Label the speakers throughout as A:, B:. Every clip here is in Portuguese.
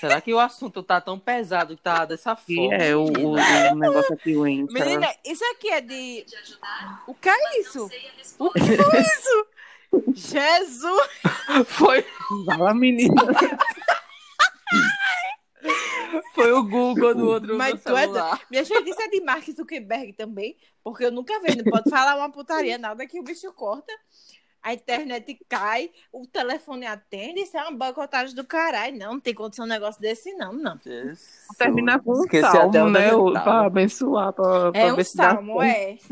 A: Será que o assunto tá tão pesado que tá dessa forma?
B: é o, o, o negócio aqui, o Insta.
C: Menina, isso aqui é de. O que é isso? O que foi isso? Jesus!
A: Foi,
B: Fala, menina.
A: foi o Google do outro
C: Mas
A: do
C: tu é
A: celular.
C: Minha gente, isso é de Mark Zuckerberg também, porque eu nunca vejo. Não pode falar uma putaria, nada que o bicho corta. A internet cai, o telefone atende, isso é uma boicotagem do caralho. Não, não tem condição um negócio desse, não, não.
A: Jesus.
B: Termina com um
A: Esqueci
B: salmo,
A: até onde
B: né?
A: eu
B: o-
A: tava.
B: Pra abençoar, pra, pra
C: É
B: ver
C: um
B: se dá
C: salmo,
B: certo.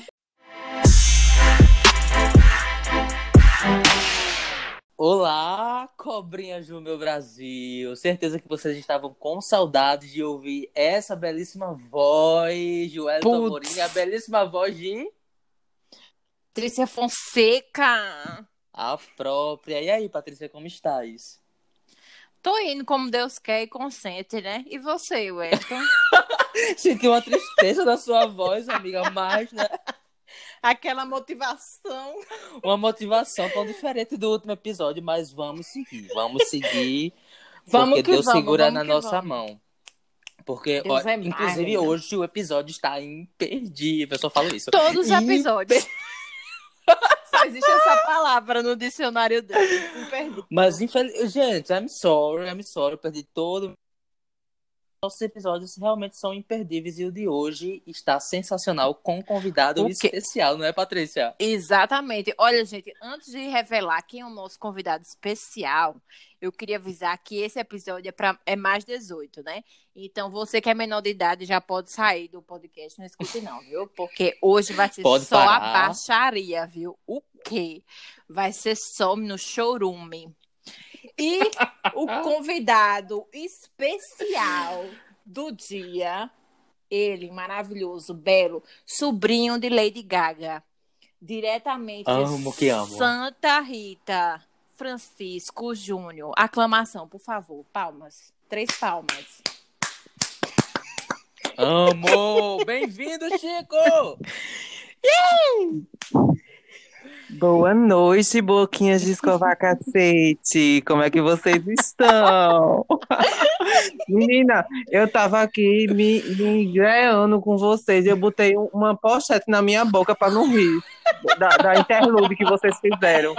C: é.
A: Olá, cobrinhas do meu Brasil. Certeza que vocês estavam com saudades de ouvir essa belíssima voz de Wellington
C: Putz.
A: Amorim, a belíssima voz de
C: Trícia Fonseca.
A: a própria. E aí, Patrícia, como estás?
C: Tô indo como Deus quer e consente, né? E você, Wellington?
A: Senti uma tristeza na sua voz, amiga, mas né,
C: Aquela motivação.
A: uma motivação tão diferente do último episódio, mas vamos seguir, vamos seguir. Porque Deus segura na nossa mão. Porque,
C: Deus
A: ó,
C: é mais,
A: inclusive,
C: né?
A: hoje o episódio está imperdível. Eu só falo isso.
C: Todos os
A: E-
C: episódios. Só existe essa palavra no dicionário dele. Me perdoe.
A: Mas, infeliz... gente, I'm sorry, I'm sorry, eu perdi todo. Nossos episódios realmente são imperdíveis e o de hoje está sensacional com um convidado
C: O quê?
A: especial, não é, Patrícia?
C: Exatamente. Olha, gente, antes de revelar quem é o nosso convidado especial, eu queria avisar que esse episódio é, pra, é mais 18, né? Então, você que é menor de idade já pode sair do podcast, não escute não, viu? Porque hoje vai ser
A: Pode
C: só
A: parar.
C: a baixaria, viu? O quê? Vai ser só no chorume. E o convidado especial do dia, ele, maravilhoso, belo, sobrinho de Lady Gaga, diretamente
A: Amo que amo.
C: Santa Rita, Francisco Júnior. Aclamação, por favor. Palmas. Três palmas.
A: Amo! Bem-vindo, Chico!
B: Boa noite, boquinhas de escovar cacete. Como é que vocês estão? Menina, eu tava aqui me, me engreando com vocês. Eu botei um- uma pochete na minha boca para não rir da, da interlude que vocês fizeram.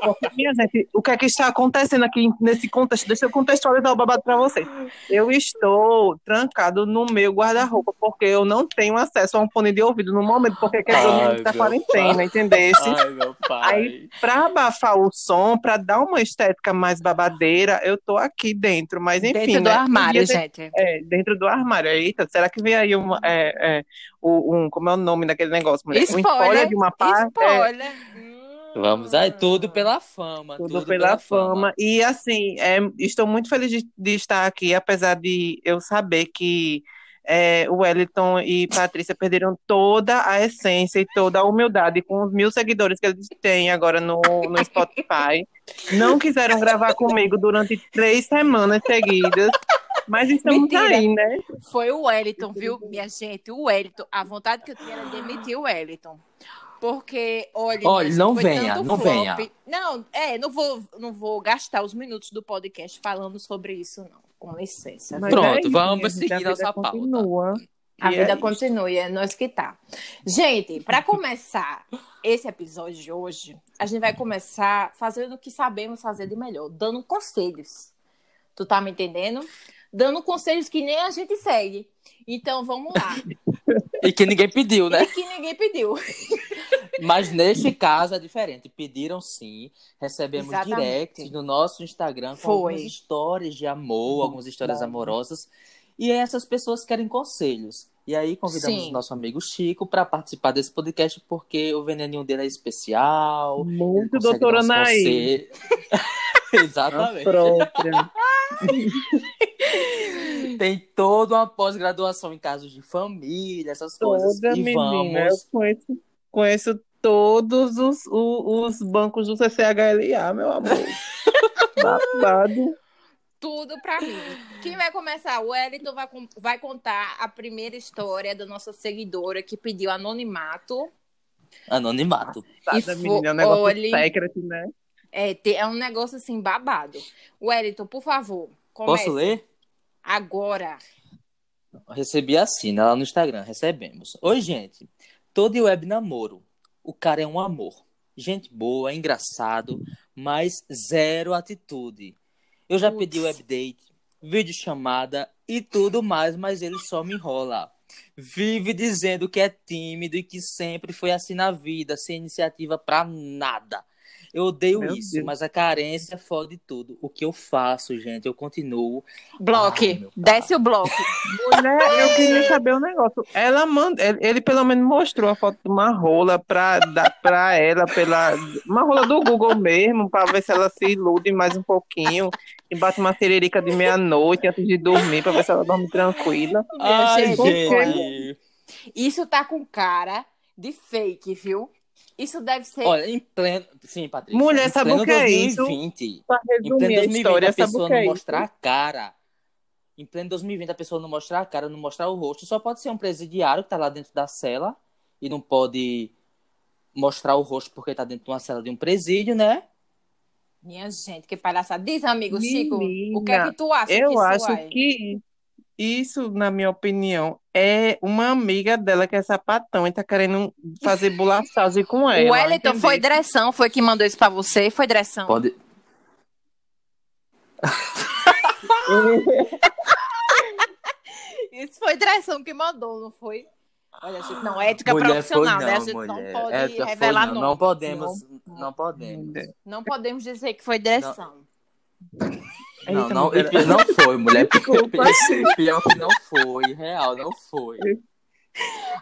B: Porque, minha gente, o que é que está acontecendo aqui nesse contexto? Deixa eu contextualizar o babado para vocês. Eu estou trancado no meu guarda-roupa porque eu não tenho acesso a um fone de ouvido no momento, porque quebrou
A: Ai,
B: minha da
A: meu
B: quarentena, entendeste?
A: Ai, meu pai.
B: Aí- Pra abafar o som, pra dar uma estética mais babadeira, eu tô aqui dentro, mas enfim.
C: Dentro do
B: né?
C: armário,
B: Podia ter-
C: gente.
B: É, dentro do armário. Eita, será que vem aí uma, é, é, o- um. Como é o nome daquele negócio? mulher? Um
C: Spoiler.
B: spoiler de uma parte. é,
C: Spoiler. Hum.
A: Vamos aí, tudo pela fama.
B: Ah. tudo, pela, fama. E assim, é, estou muito feliz de, de estar aqui, apesar de eu saber que. é, o Wellington e Patrícia perderam toda a essência e toda a humildade com os mil seguidores que eles têm agora no, no Spotify. Não quiseram gravar comigo durante três semanas seguidas, mas estamos
C: Mentira.
B: aí, né?
C: Foi o Wellington, viu, minha gente? O Wellington. A vontade que eu tinha era demitir o Wellington. Porque, olha.
A: Olha,
C: gente,
A: não
C: foi
A: venha,
C: tanto
A: não
C: flop.
A: venha.
C: Não, é, não vou, não vou gastar os minutos do podcast falando sobre isso, não. Com licença.
B: Mas
A: Pronto,
B: é isso,
A: vamos
B: minha gente,
A: seguir
B: a vida
A: nossa pauta.
B: continua.
C: A
B: E é
C: vida
B: isso.
C: continua e é nós que tá. Gente, para começar esse episódio de hoje, a gente vai começar fazendo o que sabemos fazer de melhor, dando conselhos. Tu tá me entendendo? Dando conselhos que nem a gente segue. Então vamos lá.
A: E que ninguém pediu, né?
C: E que ninguém pediu.
A: Mas neste caso é diferente. Pediram sim, recebemos
C: Exatamente.
A: directs no nosso Instagram com
C: Foi.
A: algumas histórias de amor, algumas histórias
B: Verdade.
A: amorosas. E essas pessoas querem conselhos. E aí convidamos
C: Sim.
A: o nosso amigo Chico para participar desse podcast porque o veneninho dele é especial. ele
B: Muito
A: consegue
B: doutora
A: dar uns
B: Nair.
A: conselhos.
B: A
A: Exatamente.
B: própria.
A: Tem toda uma pós-graduação em casos de família, essas coisas.
B: Toda
A: e
B: menina, eu
A: vamos.
B: conheço, conheço todos os, o- os bancos do CCHLA, meu amor. Babado.
C: Tudo pra mim. Quem vai começar? O Wellington vai, com- vai contar a primeira história da nossa seguidora que pediu anonimato.
A: Anonimato.
B: Tá,
C: Isso,
B: menina, é um negócio
C: olhe.
B: secreto, né?
C: É, te- é um negócio assim babado. Wellington, por favor, Comece.
A: Posso ler?
C: Agora.
A: Recebi assim, né, lá no Instagram, recebemos. Oi, gente. Todo web namoro. O cara é um amor. Gente boa, engraçado, mas zero atitude. Eu já
C: Putz.
A: pedi web date, vídeo chamada e tudo mais, mas ele só me enrola. Vive dizendo que é tímido e que sempre foi assim na vida, sem iniciativa pra nada. Eu odeio
B: Meu
A: isso,
B: Deus.
A: mas a carência fode tudo. O que eu faço, gente? Eu continuo Ai,
C: Bloque.
A: Ah, meu
C: Desce o bloco.
B: Mulher, eu queria saber um negócio. Ela manda, ele, ele pelo menos mostrou a foto de uma rola pra dar pra ela pela uma rola do Google mesmo, pra ver se ela se ilude mais um pouquinho e bate uma cererica de meia-noite antes de dormir, pra ver se ela dorme tranquila.
C: Minha
A: Ai,
C: gente,
A: gente.
C: olha. Isso tá com cara de fake, viu? Isso deve ser.
A: Olha, em pleno. Sim, Patrícia.
B: Mulher,
A: em
B: sabe
A: pleno
B: o que é isso?
A: 2020,
B: Pra
A: Em pleno
B: resumir a
A: 2020,
B: história,
A: a
B: sabe
A: pessoa
B: o que é
A: não
B: isso?
A: mostrar a cara. Em pleno 2020, a pessoa não mostrar a cara, não mostrar o rosto. Só pode ser um presidiário que tá lá dentro da cela e não pode mostrar o rosto porque tá dentro de uma cela de um presídio, né?
C: Minha gente, que palhaçada. Diz, amigo Chico,
B: Menina,
C: o que é que tu acha que
B: Eu
C: isso
B: acho
C: é?
B: que isso, na minha opinião, é uma amiga dela que é sapatão e tá querendo fazer bulaçagem com
A: é,
B: ela.
C: o Wellington
B: entendeu?
C: foi Dressão, foi que mandou isso pra você? Foi Dressão.
A: Pode.
C: Isso foi Dressão que mandou, não foi? Olha, gente, não, é ética profissional, né? A gente não pode
A: Ética foi
C: revelar
A: não.
C: nome.
A: Não podemos. Não, podemos.
C: Não podemos dizer que foi Dressão.
B: Eita,
A: Não, não,
B: mulher.
A: e- não foi, mulher.
B: Desculpa.
A: Pior que não foi, real, não foi.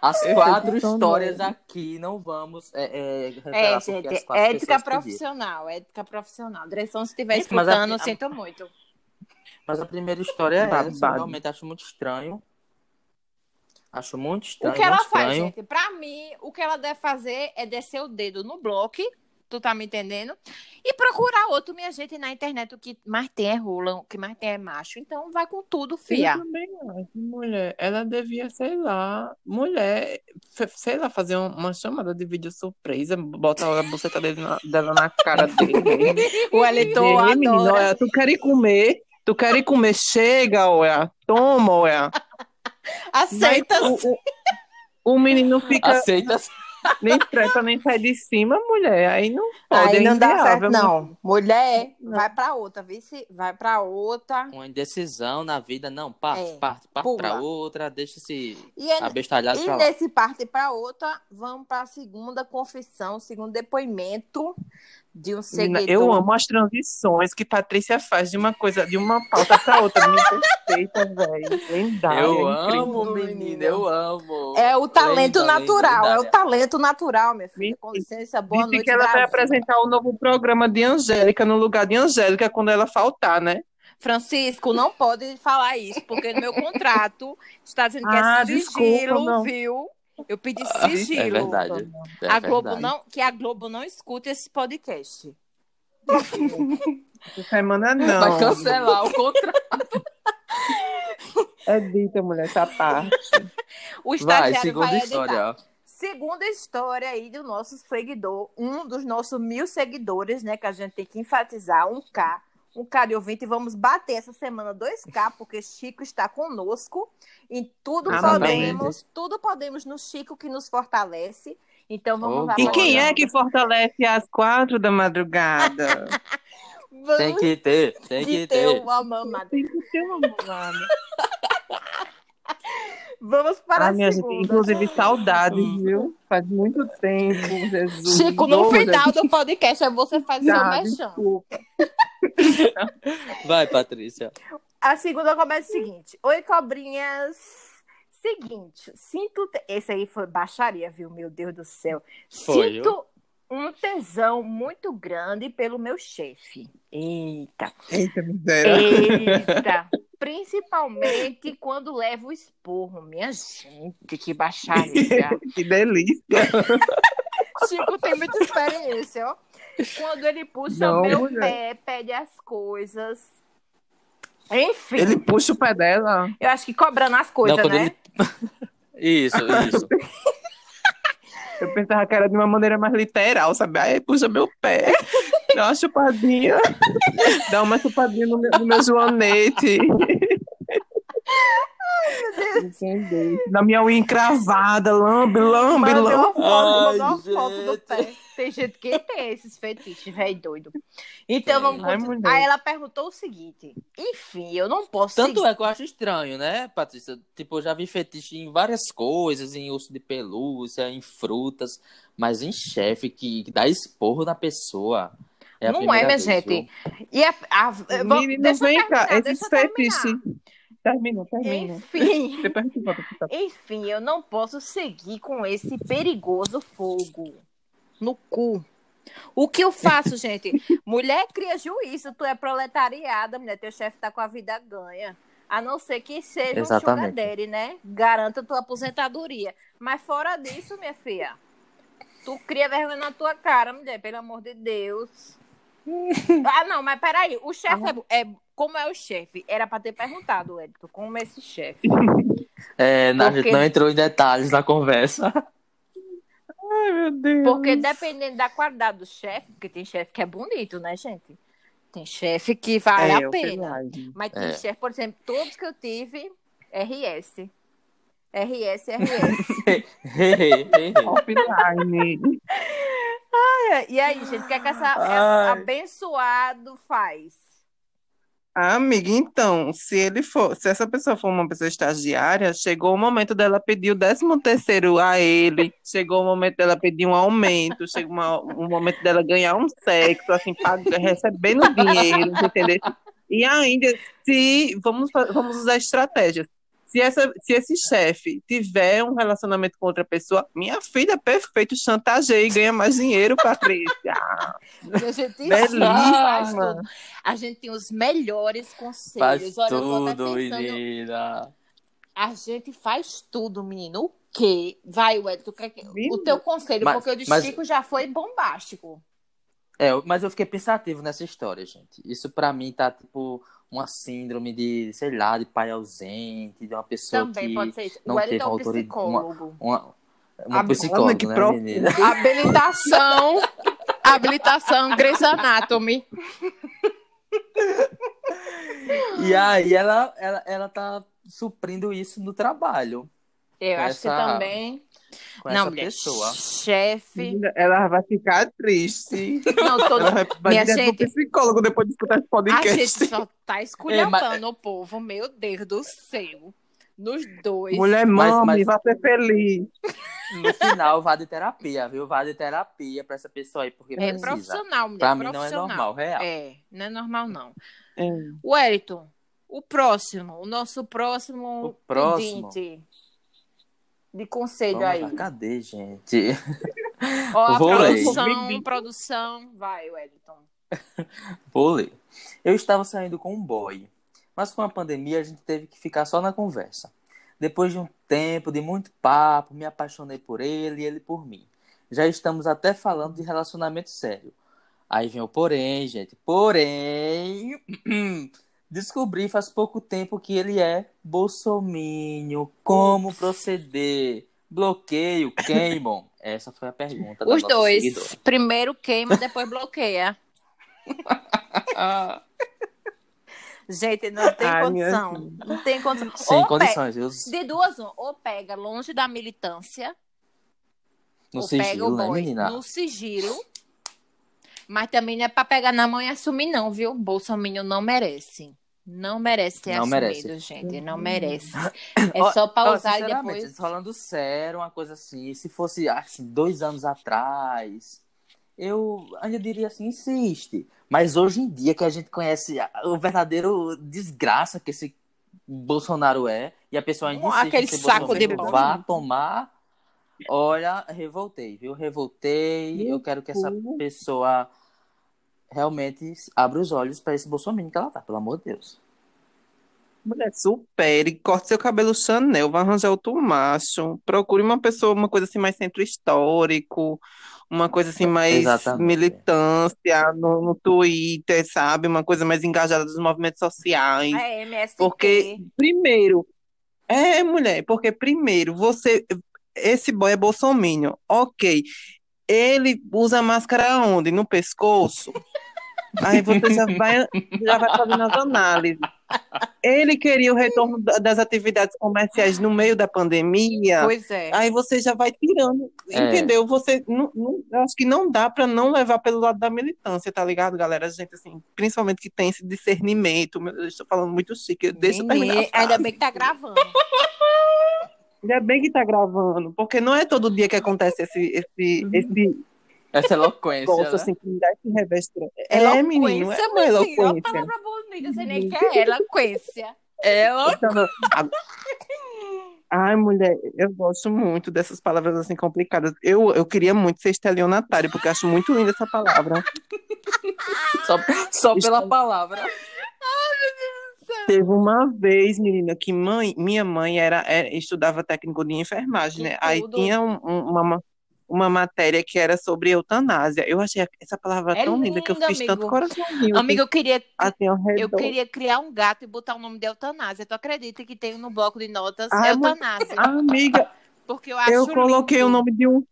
A: As
B: Eu
A: quatro
B: fico tão
A: histórias aqui não vamos é, é, revelar
C: É,
A: porque as
C: gente,
A: quatro
C: ética
A: pessoas pediram.
C: profissional, ética profissional. Dressão, se estiver
A: Gente, mas a- Tá
C: escutando, sinto muito.
A: Mas a primeira história é essa, eu
B: Babado.
A: realmente acho muito estranho. Acho muito
C: O
A: estranho.
C: que ela
A: muito
C: faz,
A: um estranho.
C: gente? Pra mim, o que ela deve fazer é descer o dedo no bloco, tu tá me entendendo? E procurar outro, minha gente, na internet. O que mais tem é rola, o que mais tem é macho. Então vai com tudo,
B: Eu
C: fia.
B: também acho, mulher. Ela devia, sei lá, mulher, fe- sei lá, fazer um- uma chamada de vídeo surpresa, botar a buceta dele na- dela na cara dele.
C: O Wellington
B: Ei, menino,
C: adora.
B: olha, tu quer ir comer? Tu quer ir comer? Chega, olha. Toma, olha.
C: Aceita.
B: Mas O, o, o menino fica
A: Aceita.
B: nem treta, nem sai de cima, mulher. Aí não pode,
C: Aí
B: é
C: não dá
B: inviável,
C: certo,
B: mulher.
C: não. Mulher, é,
B: Não.
C: vai pra outra, vice, vai pra outra.
A: Uma indecisão na vida, não, parte,
C: É,
A: parte, parte
C: pula.
A: pra outra, deixa esse
C: E, é-
A: abestalhado
C: e
A: Ah, pra lá.
C: nesse parte pra outra, vamos pra segunda confissão, segundo depoimento de um seguidor.
B: Eu amo as transições que Patrícia faz de uma coisa, de uma pauta pra outra. Me perfeita, velho. Lendária.
A: Eu
B: é incrível.
A: amo, menina, eu amo.
C: É o talento
A: Lendária,
C: natural, é
A: lendária.
C: o talento natural, minha filha.
B: Vixe.
C: Com licença, boa
B: Disse
C: noite,
B: que ela vai
C: Brasil.
B: apresentar o novo programa de Angélica no lugar de Angélica quando ela faltar, né?
C: Francisco, não pode falar isso, porque no meu contrato está dizendo que
B: Ah,
C: é
B: desculpa,
C: sigilo,
B: não.
C: viu? Eu pedi sigilo.
A: É verdade. É
C: a Globo
A: verdade.
C: não, que a Globo não escute esse podcast.
B: Essa semana não.
A: Vai cancelar o contrato.
B: É dita, mulher, essa parte.
C: Tá O
A: Vai,
C: estagiário
A: segunda
C: vai editar.
A: história. ó.
C: Segunda história aí do nosso seguidor, um dos nossos mil seguidores, né? Que a gente tem que enfatizar, um K, um K de ouvinte. Vamos bater essa semana 2K, porque Chico está conosco. E tudo
B: Amém.
C: podemos, tudo podemos no Chico que nos fortalece. Então vamos
A: Oh,
C: lá.
B: E
A: glória.
C: pra
B: quem
C: cima.
B: é que fortalece às quatro da madrugada?
C: Vamos
A: Tem que ter, tem que ter. um-
C: uma mamada.
B: Tem que ter
C: um
B: uma
C: né?
B: mamada.
C: Vamos para
B: Ah,
C: a
B: minha gente,
C: segunda.
B: inclusive saudades, viu? Faz muito tempo, Jesus.
C: Chico, no
B: Ô,
C: final do podcast, aí você faz o seu
B: Tá,
C: mexão.
B: desculpa.
A: Vai, Patrícia.
C: A segunda começa o
A: Hum.
C: seguinte. Oi, cobrinhas. Seguinte, sinto. te- Esse aí foi baixaria, viu? Meu Deus do céu.
A: Foi,
C: sinto um tesão muito grande pelo meu chefe. Eita.
B: Eita,
A: É.
B: miséria.
C: Eita. Principalmente quando levo o esporro. Minha gente, que baixaria.
B: Que delícia.
C: Chico tem muita experiência, ó. Quando ele puxa
B: Não,
C: meu
B: mulher.
C: pé, pede as coisas. Enfim,
B: Ele puxa o pé dela.
C: eu acho que cobrando as coisas,
A: não, quando
C: né?
A: ele. Isso, isso.
B: Eu pensava que era de uma maneira mais literal, sabe? Aí puxa meu pé. Dá uma chupadinha. Dá uma chupadinha no meu, no meu joanete. Entendeu? Na minha unha encravada, lambe, lambe,
C: Manda
B: lambe.
C: uma foto, manda uma
A: Ai,
C: foto do
A: gente.
C: pé. Tem gente que tem esses fetiches, velho doido. Então vamos
A: é
B: Ai, mulher.
C: continuar. Aí ela perguntou o seguinte: enfim, eu não posso.
A: Tanto é que eu acho estranho, né, Patrícia? Tipo, eu já vi fetiche em várias coisas, em osso de pelúcia, em frutas, mas em chefe que, que dá esporro na pessoa. É a
C: Não é,
A: primeira
C: minha
A: vez,
C: gente.
A: viu?
C: E a, a, vamos-
B: Menino,
C: deixa eu
B: vem cá.
C: terminar,
B: Esses
C: deixa eu terminar.
B: fetiches. né, Termina, termina.
C: Enfim.
B: Depois a gente volta pro papo.
C: Enfim, eu não posso seguir com esse perigoso fogo no cu. O que eu faço, gente? Mulher cria juízo, tu é proletariada, mulher, teu chefe tá com a vida ganha. A não ser que seja um
A: Exatamente.
C: sugar daddy, né? Garanta tua aposentadoria. Mas fora disso, minha filha, tu cria vergonha na tua cara, mulher, pelo amor de Deus. ah, não, mas peraí, o chefe é, é- Como é o chefe? Era pra ter perguntado, Edito, como é esse chefe?
A: É, a
C: Porque-
A: gente não entrou em detalhes na conversa.
B: Ai, meu Deus.
C: Porque dependendo da qualidade do chefe, porque tem chefe que é bonito, né, gente? Tem chefe que vale
B: É,
C: a
B: eu
C: pena.
B: verdade.
C: Mas tem
A: É.
C: chefe, por exemplo, todos que eu tive, RS. RS, RS.
B: Offline.
C: e aí, gente, o que é que essa essa
A: Ai.
C: abençoado faz?
B: Amiga, então, se ele for, se essa pessoa for uma pessoa estagiária, chegou o momento dela pedir o décimo terceiro a ele, chegou o momento dela pedir um aumento, chegou uma- o momento dela ganhar um sexo, assim, pago, recebendo dinheiro, entendeu? E ainda, se, vamos, fa- vamos usar estratégias. Se, essa, se esse chefe tiver um relacionamento com outra pessoa, minha filha, é perfeito, chantageia e ganha mais dinheiro, Patrícia. Ah,
C: Meu gente, isso faz
B: Belíssima.
C: tudo. A gente tem os melhores conselhos.
A: Faz
C: Olha, eu tô
A: tudo,
C: até pensando,
A: menina.
C: a gente faz tudo, menino. O quê? Vai, Wellington, o que é que- o teu conselho,
A: Mas-
C: porque o de
A: mas-
C: Chico já foi bombástico.
A: É, mas eu fiquei pensativo nessa história, gente. Isso pra mim tá tipo uma síndrome de, sei lá, de pai ausente, de uma pessoa
C: Também
A: que
C: pode ser isso.
A: não
C: o Wellington
A: teve
C: é um
A: autoridade-
C: psicólogo.
A: uma, uma
B: Abana,
A: psicóloga,
B: que
A: né,
B: profundo.
A: menina?
C: Habilitação. habilitação Grey's Anatomy.
A: E aí ela, ela, ela tá suprindo isso no trabalho
C: Eu acho que
A: Essa-
C: também.
A: com
C: não,
A: essa
C: mulher.
A: pessoa.
C: Chefe.
B: Ela vai ficar triste.
C: Não, tô...
B: Ela vai, vai
C: Minha
B: direto pro
C: gente-
B: psicólogo depois de escutar esse
C: a
B: podcast.
C: gente só
A: É,
C: tá esculhambando o povo. Meu Deus do céu. Nos dois.
B: Mulher,
A: Mas-
B: mãe,
A: mas-
B: vai ser feliz.
A: No final, vá de terapia, viu? Vá de terapia pra essa pessoa aí, porque
C: É
A: precisa.
C: profissional, mulher.
A: Pra mim não é
C: profissional.
A: normal, real.
C: É, não é normal, não.
B: É.
C: Wellington, o próximo, o nosso próximo,
A: O próximo.
C: pedinte de conselho
A: Vamos
C: aí.
A: lá, cadê, gente?
C: Ó, a
A: Vou ler.
C: produção, produção. Vai, Wellington.
A: Vou ler. Eu estava saindo com um boy, mas com a pandemia a gente teve que ficar só na conversa. Depois de um tempo de muito papo, me apaixonei por ele e ele por mim. Já estamos até falando de relacionamento sério. Aí vem o porém, gente. Porém, descobri faz pouco tempo que ele é bolsominho. Como proceder? Bloqueio, queimam? Essa foi a pergunta da
C: Os
A: nossa
C: dois.
A: seguidora.
C: Primeiro queima, depois bloqueia. Gente, não tem
B: Ai, minha
C: condição. Não tem condição.
A: Sem
C: Ou
A: condições, eu
C: pe- De duas, uma. ou pega longe da militância,
A: No
C: ou pega o
A: sigilo, né,
C: boy
A: menina?
C: no sigilo. Mas também não é pra pegar na mão e assumir, não, viu? O Bolsonaro não merece. Não merece ser
A: Não
C: assumido,
A: merece.
C: gente. Não merece.
A: Ó,
C: É só
A: Ó,
C: pausar e
A: sinceramente,
C: depois.
A: falando sério, uma coisa assim, se fosse assim, dois anos atrás, eu ainda diria assim, insiste. Mas hoje em dia que a gente conhece a- o verdadeiro desgraça que esse Bolsonaro é, e a pessoa ainda
C: Um,
A: insiste em
C: aquele
A: ser
C: saco
A: bolsominion,
B: de bosta.
A: vá tomar. Olha, revoltei, viu? Revoltei. eu quero que essa
B: cu.
A: pessoa realmente abra os olhos para esse Bolsonaro que ela tá, pelo amor de Deus.
B: Mulher, supere, corte seu cabelo Chanel, vai arranjar outro macho. Procure uma pessoa, uma coisa assim mais centro histórico, uma coisa assim mais
A: Exatamente.
B: militância no, no Twitter, sabe? Uma coisa mais engajada dos movimentos sociais.
C: É, MST.
B: Porque, primeiro, é, mulher, porque primeiro, você, esse boy é bolsominion, ok. Ele usa máscara onde? No pescoço? Aí você já vai, já vai fazendo as análises. Ele queria o retorno da- das atividades comerciais no meio da pandemia.
C: Pois é.
B: Aí você já vai tirando,
A: É.
B: entendeu? Você não, não- eu acho que não dá pra não levar pelo lado da militância, tá ligado, galera? A gente assim, principalmente que tem esse discernimento. Meu, eu estou falando muito chique, deixa eu terminar.
C: Menina,
B: a frase.
C: Ainda bem que tá gravando.
B: Ainda bem que tá gravando, porque não é todo dia que acontece esse
C: Uhum.
B: esse esse
A: Essa eloquência.
B: golpe
A: né?
B: assim que me dá esse revestre. É,
C: Eloquência,
B: menino, é
C: menino,
B: uma
C: Olha a
B: eloquência.
C: palavra bonita, você nem quer. Eloquência. Elo...
B: Então, a- Ai, mulher, eu gosto muito dessas palavras assim complicadas. Eu, eu queria muito ser estelionatário, porque eu acho muito linda essa palavra.
A: Só, só pela
B: Estamos-
A: palavra.
B: Teve uma vez, menina, que mãe, minha mãe era, é, estudava técnico de enfermagem,
C: Que
B: né? Aí
C: tudo.
B: tinha um- um- uma, ma- uma matéria que era sobre eutanásia. Eu achei essa palavra
C: É
B: tão linda que eu
C: linda,
B: fiz tanto
C: amigo.
B: coraçãozinho
C: Amiga, eu queria,
B: assim, assim, ao
C: eu
B: redor.
C: queria criar um gato e botar o nome de eutanásia. Tu acredita que tem no bloco de notas
B: Ai,
C: eutanásia?
B: Amiga,
C: Porque eu acho
B: eu coloquei
C: lindo.
B: o nome de um.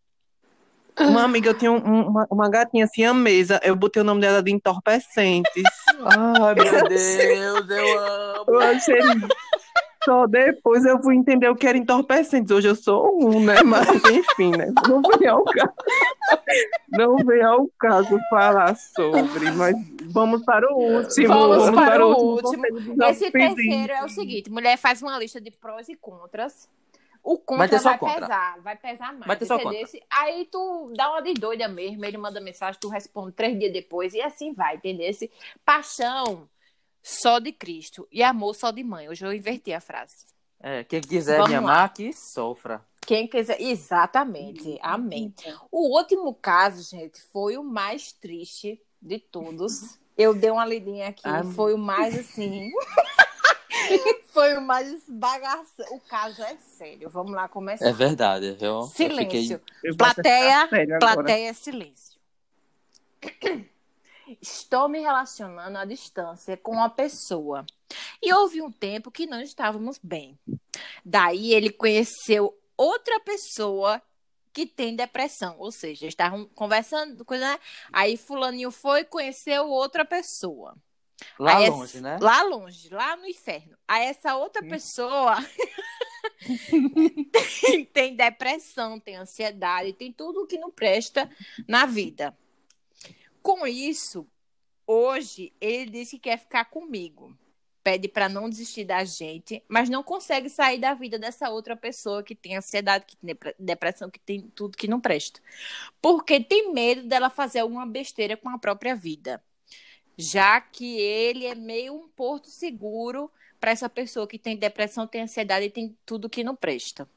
B: Uma amiga, eu tinha um- uma, uma gatinha siamesa, eu botei o nome dela de entorpecentes.
A: Ai, meu Deus, eu amo.
B: Eu achei. Só depois eu fui entender o que era entorpecentes. Hoje eu sou um, né? Mas enfim, né? Não vem ao caso. Não vem ao caso falar sobre, mas vamos para o último.
C: Vamos para o último.
B: conselho de
C: Esse
B: despedida.
C: terceiro é o seguinte: mulher faz uma lista de prós e contras. O
A: Vai ter
C: contra
A: só
C: vai
A: contra.
C: pesar, vai pesar mais.
A: Vai ter só
C: entendeu? Aí tu dá uma de doida mesmo, ele manda mensagem, tu responde três dias depois, e assim vai, entendeu? Esse Paixão só de Cristo e amor só de mãe. Hoje eu inverti a frase.
A: É, quem quiser
C: Vamos
A: me
C: lá.
A: amar, que sofra.
C: Quem quiser.
A: Uhum.
C: Exatamente. Amém.
A: Então.
C: O último caso, gente, foi o mais triste de todos. Eu dei uma lidinha aqui.
A: Ai, meu-
C: Foi o mais assim. foi o mais bagaça. O caso é sério. Vamos lá começar.
A: É verdade, viu? Eu
C: Silêncio.
A: fiquei-
B: Eu vou até
C: Plateia,
B: sério agora.
C: plateia, é silêncio. Estou me relacionando à distância com uma pessoa. E houve um tempo que não estávamos bem. Daí ele conheceu outra pessoa que tem depressão. Ou seja, estavam conversando, coisa, né? Aí fulaninho foi e conheceu outra pessoa.
A: Lá
C: Aí é essa-
A: longe, né? Hum.
C: Lá longe, lá no inferno. Aí essa outra pessoa tem, tem depressão, tem ansiedade, tem tudo que não presta na vida. Com isso, hoje ele diz que quer ficar comigo. Pede para não desistir da gente, mas não consegue sair da vida dessa outra pessoa que tem ansiedade, que tem depre- depressão, que tem tudo que não presta. Porque tem medo dela fazer alguma besteira com a própria vida já que ele é meio um porto seguro para essa pessoa que tem depressão, tem ansiedade e tem tudo que não presta.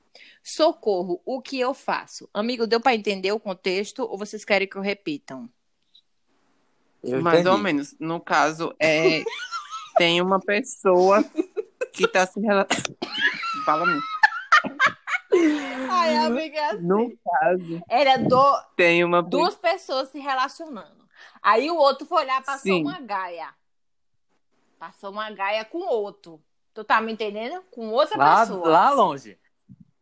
C: Socorro, o que eu faço? Amigo, deu para entender o contexto ou vocês querem que eu repitam?
A: Eu
B: Mais
A: entendi.
B: ou menos. No caso, é, tem uma pessoa que está se relacionando. Fala mesmo.
C: Ai, amiga,
B: No caso,
C: era do-
B: tem uma pessoa.
C: duas pessoas se relacionando. Aí o outro foi olhar, passou
B: Sim.
C: uma gaia. Passou uma gaia com outro. Tu tá me entendendo? Com outra
A: Lá,
C: pessoa.
A: lá longe.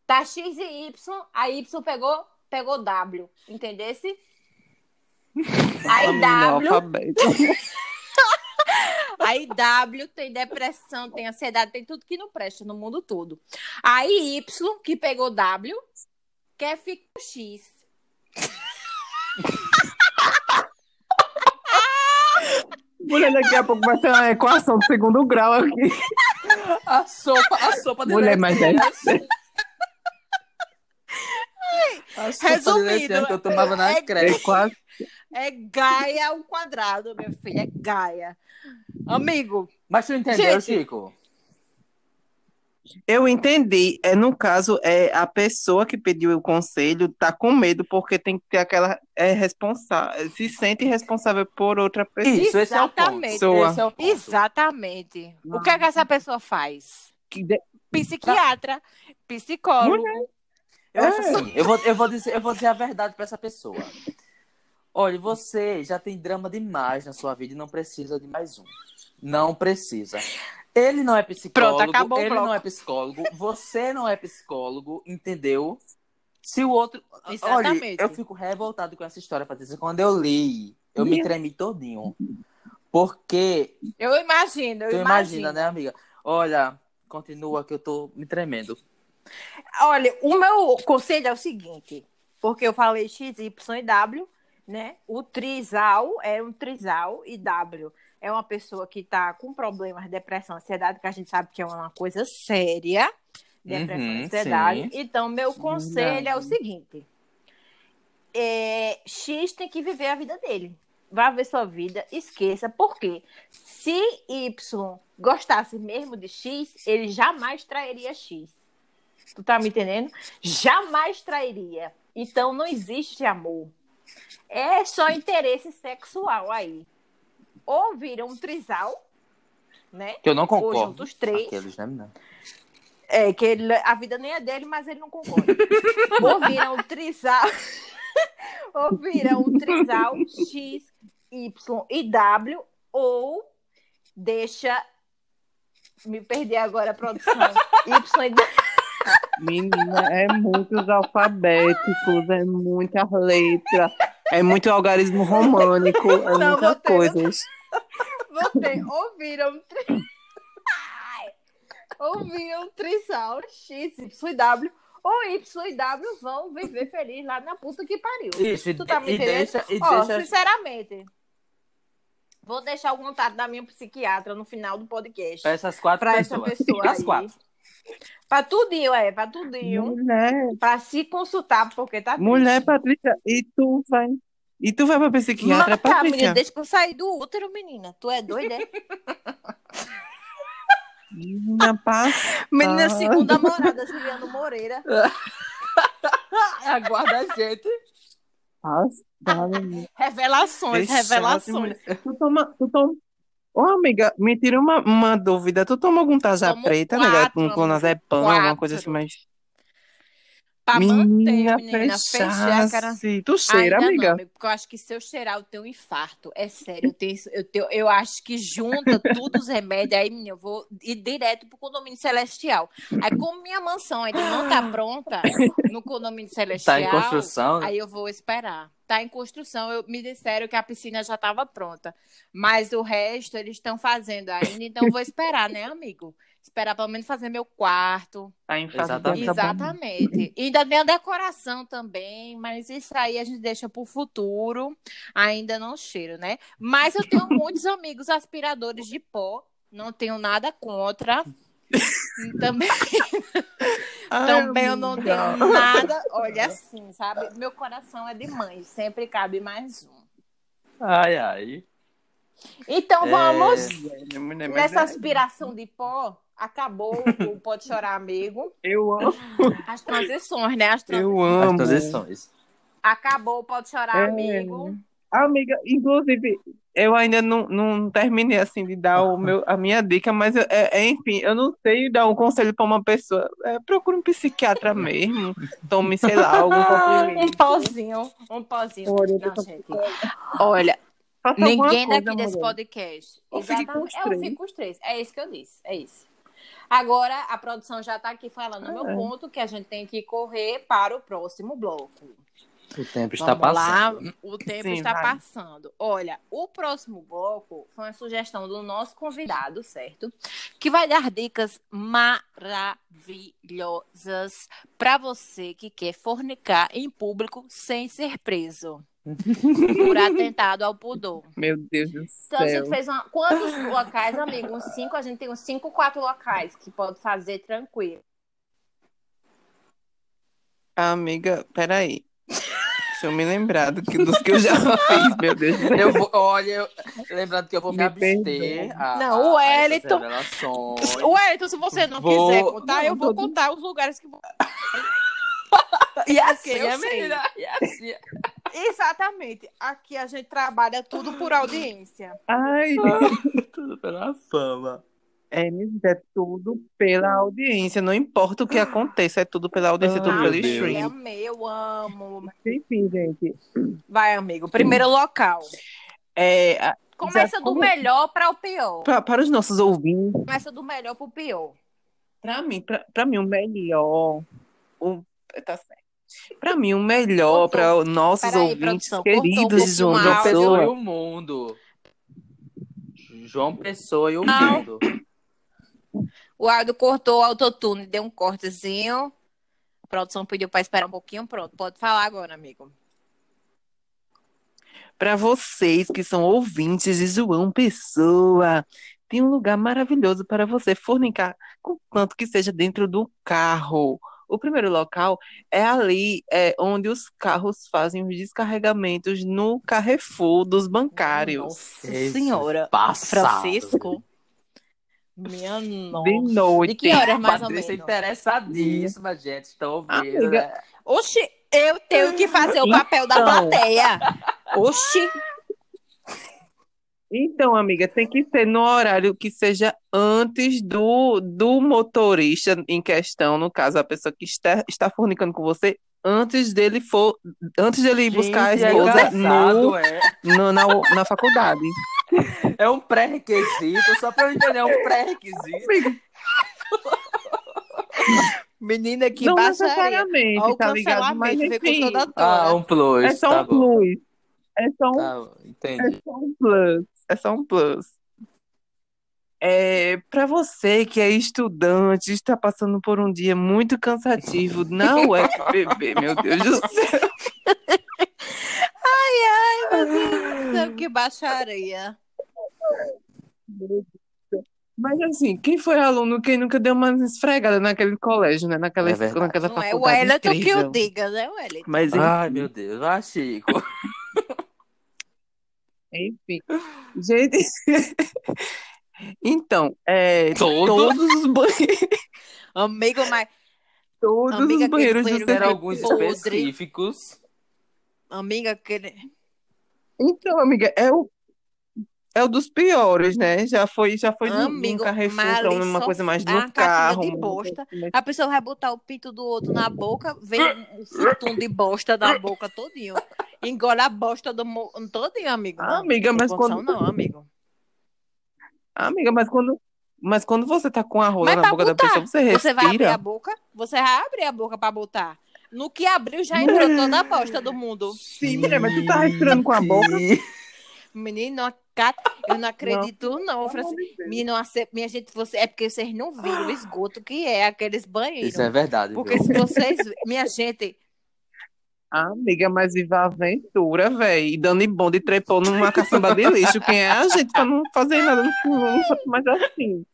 C: Tá X e Y, aí Y pegou, pegou W, entendesse? Aí W, aí W tem depressão, tem ansiedade, tem tudo que não presta no mundo todo. Aí Y, que pegou W, quer ficar com X.
B: Mulher, daqui a pouco vai ter uma equação do segundo grau aqui.
A: A sopa, a sopa de leite.
B: Mulher, mas é-
A: A sopa de leite
C: Resumindo,
A: que eu tomava na
C: é-
A: creche.
B: Equação.
C: É Gaia ao quadrado, meu filho, é Gaia. Amigo,
A: Mas tu entendeu,
C: Gente.
A: Chico?
B: Eu entendi. É, no caso, é a pessoa que pediu o conselho tá com medo porque tem que ter aquela é responsável, se sente responsável por outra pessoa.
A: Isso, esse é o ponto.
C: Exatamente.
A: Esse é o ponto.
C: exatamente. O que é que essa pessoa faz?
B: Que de-
C: Psiquiatra, psicólogo.
A: Eu acho assim, eu vou, eu, vou dizer, eu vou dizer a verdade pra essa pessoa. Olha, você já tem drama demais na sua vida e não precisa de mais um. Não precisa. Ele não é psicólogo,
C: Pronto, acabou o
A: ele
C: bloco.
A: não é psicólogo, você não é psicólogo, entendeu? Se o outro.
C: Exatamente.
A: Olha, eu fico revoltado com essa história, Patrícia. Quando eu li, eu me tremi todinho. Porque
C: Eu imagino, eu
A: tu
C: imagino.
A: imagina, né, amiga? Olha, continua que eu tô me tremendo.
C: Olha, o meu conselho é o seguinte, porque eu falei X, Y e W, né? O trisal é um trisal e W é uma pessoa que tá com problemas, depressão, ansiedade, que a gente sabe que é uma coisa séria, depressão,
A: Uhum,
C: ansiedade.
A: sim.
C: Então, meu conselho é o
B: Verdade.
C: seguinte, é, X tem que viver a vida dele. Vá ver sua vida, esqueça, porque se Y gostasse mesmo de X, ele jamais trairia X. Tu tá me entendendo? Jamais trairia. Então não existe amor. É só interesse sexual aí. Ou vira um trisal, né?
A: Que eu não
C: Ou
A: concordo.
C: juntos três.
A: Aqueles, né, menina?
C: É, que ele- a vida nem é dele, mas ele não concorda. Ouviram o trisal. Ouviram o trisal X, Y e W. Ou deixa. Me perdi agora a produção. Y e W.
B: Menina, é muitos alfabéticos, é muita letra, é muito algarismo românico, é
C: Não,
B: muitas
C: botei, botei.
B: coisas.
C: Voltei. Ouviram. tri- Ai! Ouviram trisal X, Y e W. Ou Y e W vão viver feliz lá na puta que pariu.
A: Isso, e,
C: Tu tá me
A: e
C: entendendo?
A: deixa, e
C: Ó,
A: deixa
C: sinceramente, vou deixar o contato da minha psiquiatra no final do podcast.
A: essas quatro
C: pra essa
A: pessoas.
C: pessoa
A: As
C: aí.
A: quatro.
C: Pra tudinho, é, pra tudinho.
B: Mulher,
C: Pra se consultar, porque tá triste.
B: mulher, é Patrícia, e tu vai? E tu vai pra psiquiatra,
C: Mas tá, menina,
B: Patrícia?
C: deixa que eu sair do útero, menina. Tu é doida, é?
B: Menina, passa.
C: Menina, segunda morada, Juliano Moreira.
A: Aguarda a gente.
B: Passada, menina.
C: Revelações,
B: Deixa,
C: revelações.
B: mulher. Tu toma, tu toma. Ô, amiga, me tira uma, uma dúvida. Tu toma algum tarja
C: Tomo
B: preta,
C: quatro,
B: né? Um clonazepam, alguma coisa assim,
C: quatro.
B: mas.
C: Pra
B: menina,
C: manter, menina, fechar, cara.
B: fechasse. Tu cheira,
C: Ainda
B: amiga.
C: não, amigo, porque eu acho que se eu cheirar, eu tenho um infarto. É sério, eu, tenho, eu, tenho- eu acho que junta todos os remédios. Aí, menina, eu vou ir direto pro condomínio celestial. Aí, como minha mansão ainda não tá pronta no condomínio celestial,
A: Tá em construção. né?
C: aí eu vou esperar. Tá em construção, eu, me disseram que a piscina já estava pronta. Mas o resto eles estão fazendo ainda, então eu vou esperar, né, amigo? Esperar pelo menos fazer meu quarto.
B: Tá
A: Exatamente.
C: Exatamente. E ainda tem a decoração também, mas isso aí a gente deixa pro futuro. Ainda não cheiro, né? Mas eu tenho muitos amigos aspiradores de pó. Não tenho nada contra. Também, também eu não tenho nada. Olha assim, sabe? Meu coração é de mãe. Sempre cabe mais um.
A: Ai, ai.
C: Então
A: É.
C: vamos
B: Mulher, mas
C: nessa
B: é-
C: aspiração de pó. Acabou o Pode Chorar Amigo.
B: Eu amo.
C: As transições, né? As transições.
B: Eu
A: As
B: amo.
A: transições.
C: Acabou o Pode Chorar
B: É.
C: Amigo.
B: Amiga, inclusive, eu ainda não, não terminei assim de dar o meu, a minha dica, mas eu- é- é, enfim, eu não sei dar um conselho pra uma pessoa. É, procura um psiquiatra mesmo. Tome, sei lá, algum
C: Um
B: complemento.
C: pozinho, um pozinho.
B: Olha, eu tô
C: Não,
B: com-
C: gente. Olha,
B: Faça alguma
C: ninguém
B: coisa,
C: daqui desse
B: mulher.
C: podcast.
B: Eu fico com os
C: Exatamente. Eu
B: três.
C: fico com os três. É isso que eu disse. É isso. Agora a produção já está aqui
B: Ah,
C: falando no
B: é.
C: meu ponto que a gente tem que correr para o próximo bloco.
A: O tempo está
C: Vamos
A: passando.
C: Lá, o tempo
B: Sim,
C: está
B: vai.
C: passando. Olha, o próximo bloco foi uma sugestão do nosso convidado, certo? Que vai dar dicas maravilhosas para você que quer fornicar em público sem ser preso por atentado ao pudor.
B: Meu Deus do
C: Então a
B: céu.
C: gente fez uma. Quantos locais, amigo? Uns cinco? A gente tem uns cinco, quatro locais que pode fazer tranquilo.
B: Amiga, peraí. Deixa eu me lembrar do que, dos que eu já fiz, meu Deus.
A: Eu vou, olha, eu- lembrando que eu vou me,
B: Me
A: abster.
B: perdoa.
A: a-
C: Não, o
A: a essas
C: Wellington-
A: revelações.
C: Wellington, então se você não
A: Vou-
C: quiser contar,
B: Não,
C: eu vou
B: tô-
C: contar os lugares que
A: E assim,
C: Ok, eu
A: é,
C: sei.
A: menina. E assim.
C: Exatamente. Aqui a gente trabalha tudo por audiência.
B: Ai,
A: assim. Tudo pela fama.
B: É, minha vida, é tudo pela audiência, não importa o que aconteça, é tudo pela audiência, é tudo
A: Ai,
C: Ah,
B: pelo
A: meu Deus.
B: stream.
C: amei, eu amo.
B: Enfim, gente.
C: Vai, amigo. Primeiro local.
B: É, a-
C: Começa
B: Já
C: do
B: come-
C: melhor para o pior.
B: pra- para os nossos ouvintes,
C: Começa do melhor para o pior.
B: para mim, pra, pra mim, o melhor. O, tá certo. Pra mim, o
C: Cortou.
B: melhor, para os nossos
C: Peraí,
B: ouvintes
C: produção, cortou um
B: queridos de João
C: pouquinho
B: Pessoa.
A: o mundo. João Pessoa e o mundo.
C: O Aldo cortou o autotune, deu um cortezinho. A produção pediu para esperar um pouquinho. Pronto, pode falar agora, amigo.
B: Para vocês que são ouvintes de João Pessoa, tem um lugar maravilhoso para você fornicar, contanto que seja dentro do carro. O primeiro local é ali é, onde os carros fazem os descarregamentos no Carrefour dos bancários.
C: Nossa
A: Esse
C: senhora.
A: passado.
C: Francisco. Minha nossa.
B: De noite.
C: De que horas mais ou menos?
A: Patrícia é interessadíssima, gente. Estão ouvindo,
B: Amiga,
A: né?
C: Oxi, eu tenho que fazer o papel da
B: Então.
C: plateia. Oxi.
B: Então, amiga, tem que ser no horário que seja antes do, do motorista em questão, no caso, a pessoa que está, está fornicando com você, antes dele for, antes dele ir buscar
A: Gente,
B: a
A: é
B: esposa
A: engraçado,
B: no,
A: é.
B: no- na, na faculdade.
A: É um pré-requisito, só pra eu entender, é um pré-requisito.
C: Menina, que
B: Não é
C: baixaria.
B: necessariamente,
C: Ó, o
B: tá ligado? Mas
C: cancelamento veio com
B: enfim,
C: toda a tona.
A: Ah, um plus.
B: é só
A: tá
B: um
A: bom.
B: plus. É só um
A: Tá bom, entendi.
B: só um plus. É só um plus. É, para você que é estudante, está passando por um dia muito cansativo na UFPB, meu Deus do céu.
C: Nossa, que baixaria.
B: Mas assim, quem foi aluno, quem nunca deu uma esfregada naquele colégio, né? Naquela,
A: É verdade.
B: naquela
C: Não é o
B: faculdade
C: Wellington que
B: incrível.
C: eu diga, né, Wellington?
B: Mas
A: Ai, meu Deus. Ah, Chico.
B: enfim. Gente. Então, é,
A: Todos?
B: todos os banheiros,
C: Amigo, mas...
B: todos os
C: Amiga, aquele
B: banheiros
C: banheiro
B: do
A: Ter
C: que-
A: alguns
C: Podre.
A: específicos.
C: Amiga, que...
B: Então, amiga, é o, é o dos piores, né? Já foi, já foi num- num
C: Amigo,
B: Carrefour,
C: mas
B: então,
C: ali
B: numa
C: só
B: coisa mais
C: dá
B: do
C: uma caixinha
B: carro. um-
C: de
B: uma
C: bosta.
B: coisa assim, né? mais-
C: a pessoa vai botar o pinto do outro na boca, vem um futum de bosta da boca todinho. Engole a bosta do mo... todinho, amigo.
B: Ah,
C: Não,
B: amiga,
C: não tem
B: mas
C: condição
B: quando-
C: Não, amigo.
B: Amiga, mas quando, mas quando você tá com a rola
C: Mas
B: na
C: pra
B: boca da
C: botar,
B: pessoa, você
C: Você vai abrir
B: respira.
C: a boca, você vai abrir a boca pra botar. No que abriu, já entrou toda a bosta do mundo.
B: Sim, mulher, mas tu tá respirando com a boca?
C: Menino, a Cata- eu não acredito, não, Francisco. Menino, a ce- minha gente, você... é porque vocês não
B: Ah.
C: viram o esgoto que é aqueles banheiros.
A: Isso é verdade.
C: Porque
A: viu?
C: se vocês. Minha gente,
B: Ah, amiga, mas viva a aventura, véi. E Dani Bond trepou numa caçamba de lixo. Quem é a gente pra não fazer nada no fundo? Mas assim,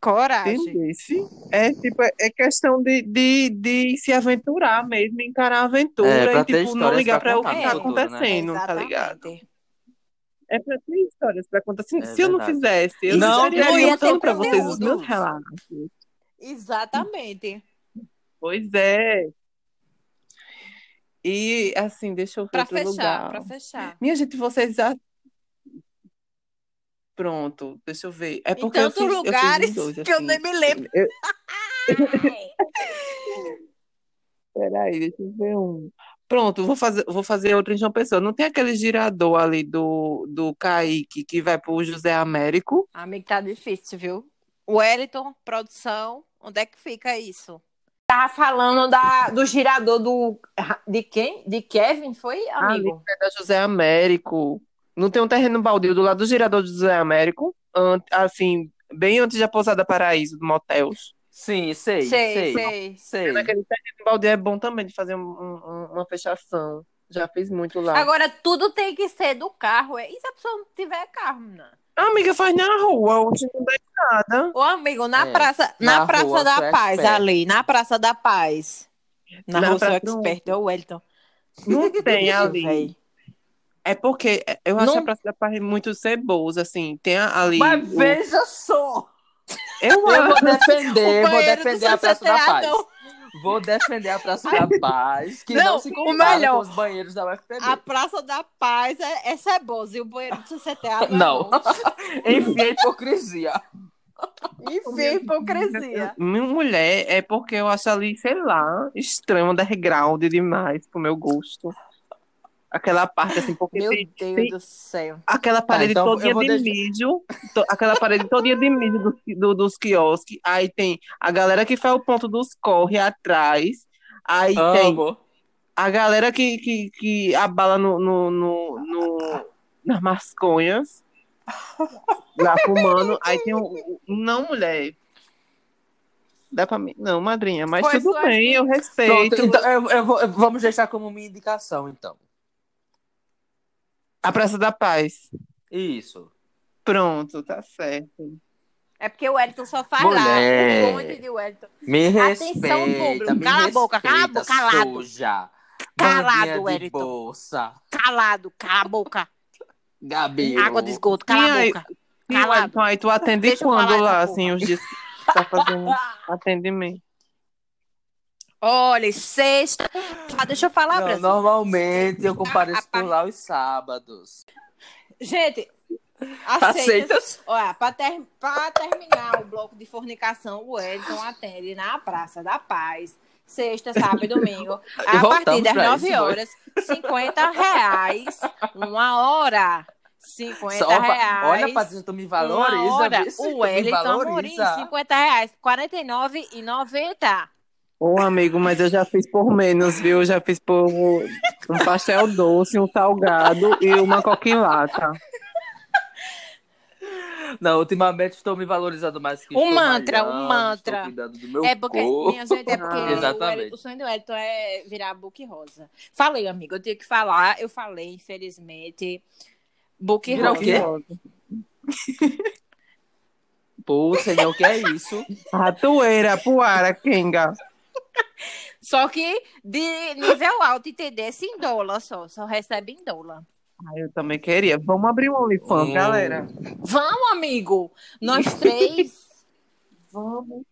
C: coragem.
B: entendesse? É tipo, é questão de, de, de se aventurar mesmo, encarar a aventura
A: É, pra
B: e
A: ter
B: tipo, não
A: histórias
B: ligar
A: pra
B: pra o
A: contar
C: no
B: que tá
C: futuro,
A: né?
B: acontecendo, tá ligado?
C: Exatamente.
B: É pra ter histórias pra contar. Se,
A: É
B: se eu não
A: verdade.
B: fizesse, eu
A: Não
B: estaria
A: teria
B: contando
A: ter
B: pra vocês os
A: conteúdo.
B: meus relatos.
C: Exatamente.
B: Pois é. E assim, deixa eu ver
C: Pra
B: outro
C: fechar,
B: lugar.
C: pra fechar.
B: Minha gente, vocês já. Pronto, deixa eu ver. É
C: Em
B: porque eu
C: tantos
B: fiz, eu fiz os
C: lugares
B: dois,
C: que eu
B: assim.
C: nem me lembro.
B: Eu- Peraí, deixa eu ver um. Pronto, vou fazer, vou fazer outro em João Pessoa. Não tem aquele girador ali do, do Kaique que vai pro José Américo?
C: Amigo, tá difícil, viu? Wellington, produção, onde é que fica isso? Tava Tá falando da, do girador do. De quem? De Kevin, foi, Ah, amigo?
B: É da José Américo. Não tem um terreno baldio do lado do girador do José Américo? An- assim, bem antes da Pousada Paraíso, do Motels.
A: Sim, sei,
C: sei,
A: sei.
C: sei.
A: sei.
B: Naquele terreno baldio é bom também de fazer um- um- uma fechação. Já fiz muito lá.
C: Agora, tudo tem que ser do carro. é? E se a pessoa não tiver carro, não?
B: Ah, amiga, faz na rua, onde não dá nada.
C: Ô, amigo, na
A: É,
C: praça, na
A: na
C: Praça
A: rua, sou
C: da Paz
A: expert.
C: ali, na Praça da Paz. Na, Tá
B: Na
C: rua sou
B: praça-
C: expert, é o Wellington.
B: Não tem
C: Ixi,
B: ali.
C: véi.
B: É porque eu acho
C: Não-
B: a Praça da Paz muito cebosa, assim. Tem a- ali.
A: Mas
B: o-
A: veja só!
B: Eu
A: Eu
B: acho.
A: vou defender,
C: O
A: vou
C: banheiro do
A: defender a Praça da
C: CCTA,
A: Paz.
C: não.
A: Vou defender a Praça da Paz, que não,
C: Não,
A: se
C: o
A: compara
C: melhor.
A: com os banheiros da UFPB.
C: A Praça da Paz é, é cebosa e o banheiro do CCTA não.
A: Não. Enfim, a hipocrisia.
C: Enfim, hipocrisia.
B: Minha mulher é porque eu acho ali, sei lá, estranho, underground demais pro meu gosto. Aquela parte, assim, porque
C: Meu
B: tem
C: Deus
B: tem
C: do céu.
B: aquela parede
A: então eu
B: todinha
A: vou
B: de
A: deixar-
B: mídio, to- aquela parede todinha de mídio dos, do- dos quiosques. Aí tem a galera que faz o ponto dos corre atrás. Aí
A: Ah,
B: tem
A: Amo.
B: A galera que, que, que abala no, no, no, no, nas masconhas, lá fumando. Aí tem um, um- não, mulher. Dá pra mim? Não, madrinha, mas
C: Pois
B: tudo
C: eu
B: bem, eu respeito.
A: Pronto, então, eu- eu vou- eu- vamos deixar como minha indicação, então.
B: A Praça da Paz.
A: Isso.
B: Pronto, tá certo.
C: É porque o Wellington só fala
A: Mulher.
C: um monte de Wellington.
A: Me
C: Atenção,
A: respeita,
C: público.
A: me
C: Cala a
A: respeita,
C: boca, cala a boca, calado.
A: Suja.
C: Calado,
A: Bandinha de
C: Wellington.
A: bolsa.
C: Calado, cala a boca.
A: Gabi.
C: Água de esgoto, cala
B: E
C: a
B: aí?
C: boca.
B: E,
C: Calado.
B: Wellington, aí tu atende
C: Deixa eu
B: quando
C: falar essa
B: lá,
C: porra.
B: assim, os dias que tá fazendo atendimento?
C: Olha, sexta. Ah, deixa eu falar,
A: Não,
C: Brasil.
A: normalmente eu compareço
C: A- a-
A: por lá os sábados.
C: Gente, aceita.
A: Tá Aceita?
C: Olha, pra, ter- pra terminar o bloco de fornicação, o Wellington atende na Praça da Paz. Sexta, sábado e domingo. A partir
A: voltamos
C: das
A: pra
C: 9
A: isso, foi.
C: horas, 50 reais. Uma hora. 50
A: Só, opa,
C: reais.
A: Olha, Patrícia, tu me
C: uma hora,
A: valoriza. viu?
C: o
A: Tu me
C: Wellington é um Morim,
A: valoriza.
C: 50 reais, 49,90.
B: Ô, amigo, mas eu já fiz por menos, viu? Eu já fiz por um pastel doce, um salgado e uma coca em lata.
A: Não, ultimamente estou me valorizando mais que
C: Um
A: estou
C: mantra, um
A: malhando,
C: mantra.
A: Estou cuidando do meu
C: É porque,
A: corpo.
C: minha gente, é porque
B: Ah,
C: o
A: exatamente.
C: Wellington- o sonho do Wellington é virar book rosa. Falei, amigo, eu tinha que falar, eu falei, infelizmente, book
A: Virar o
C: rosa.
A: quê? Pô, senhor, o que é isso?
B: Ratoeira, puara, quenga.
C: Só que de nível alto, entender, se em dólar só, só recebe em dólar.
B: Ah, eu também queria. Vamos abrir um OnlyFans,
A: Hum.
B: galera.
C: Vamos, amigo! Nós três,
B: Vamos.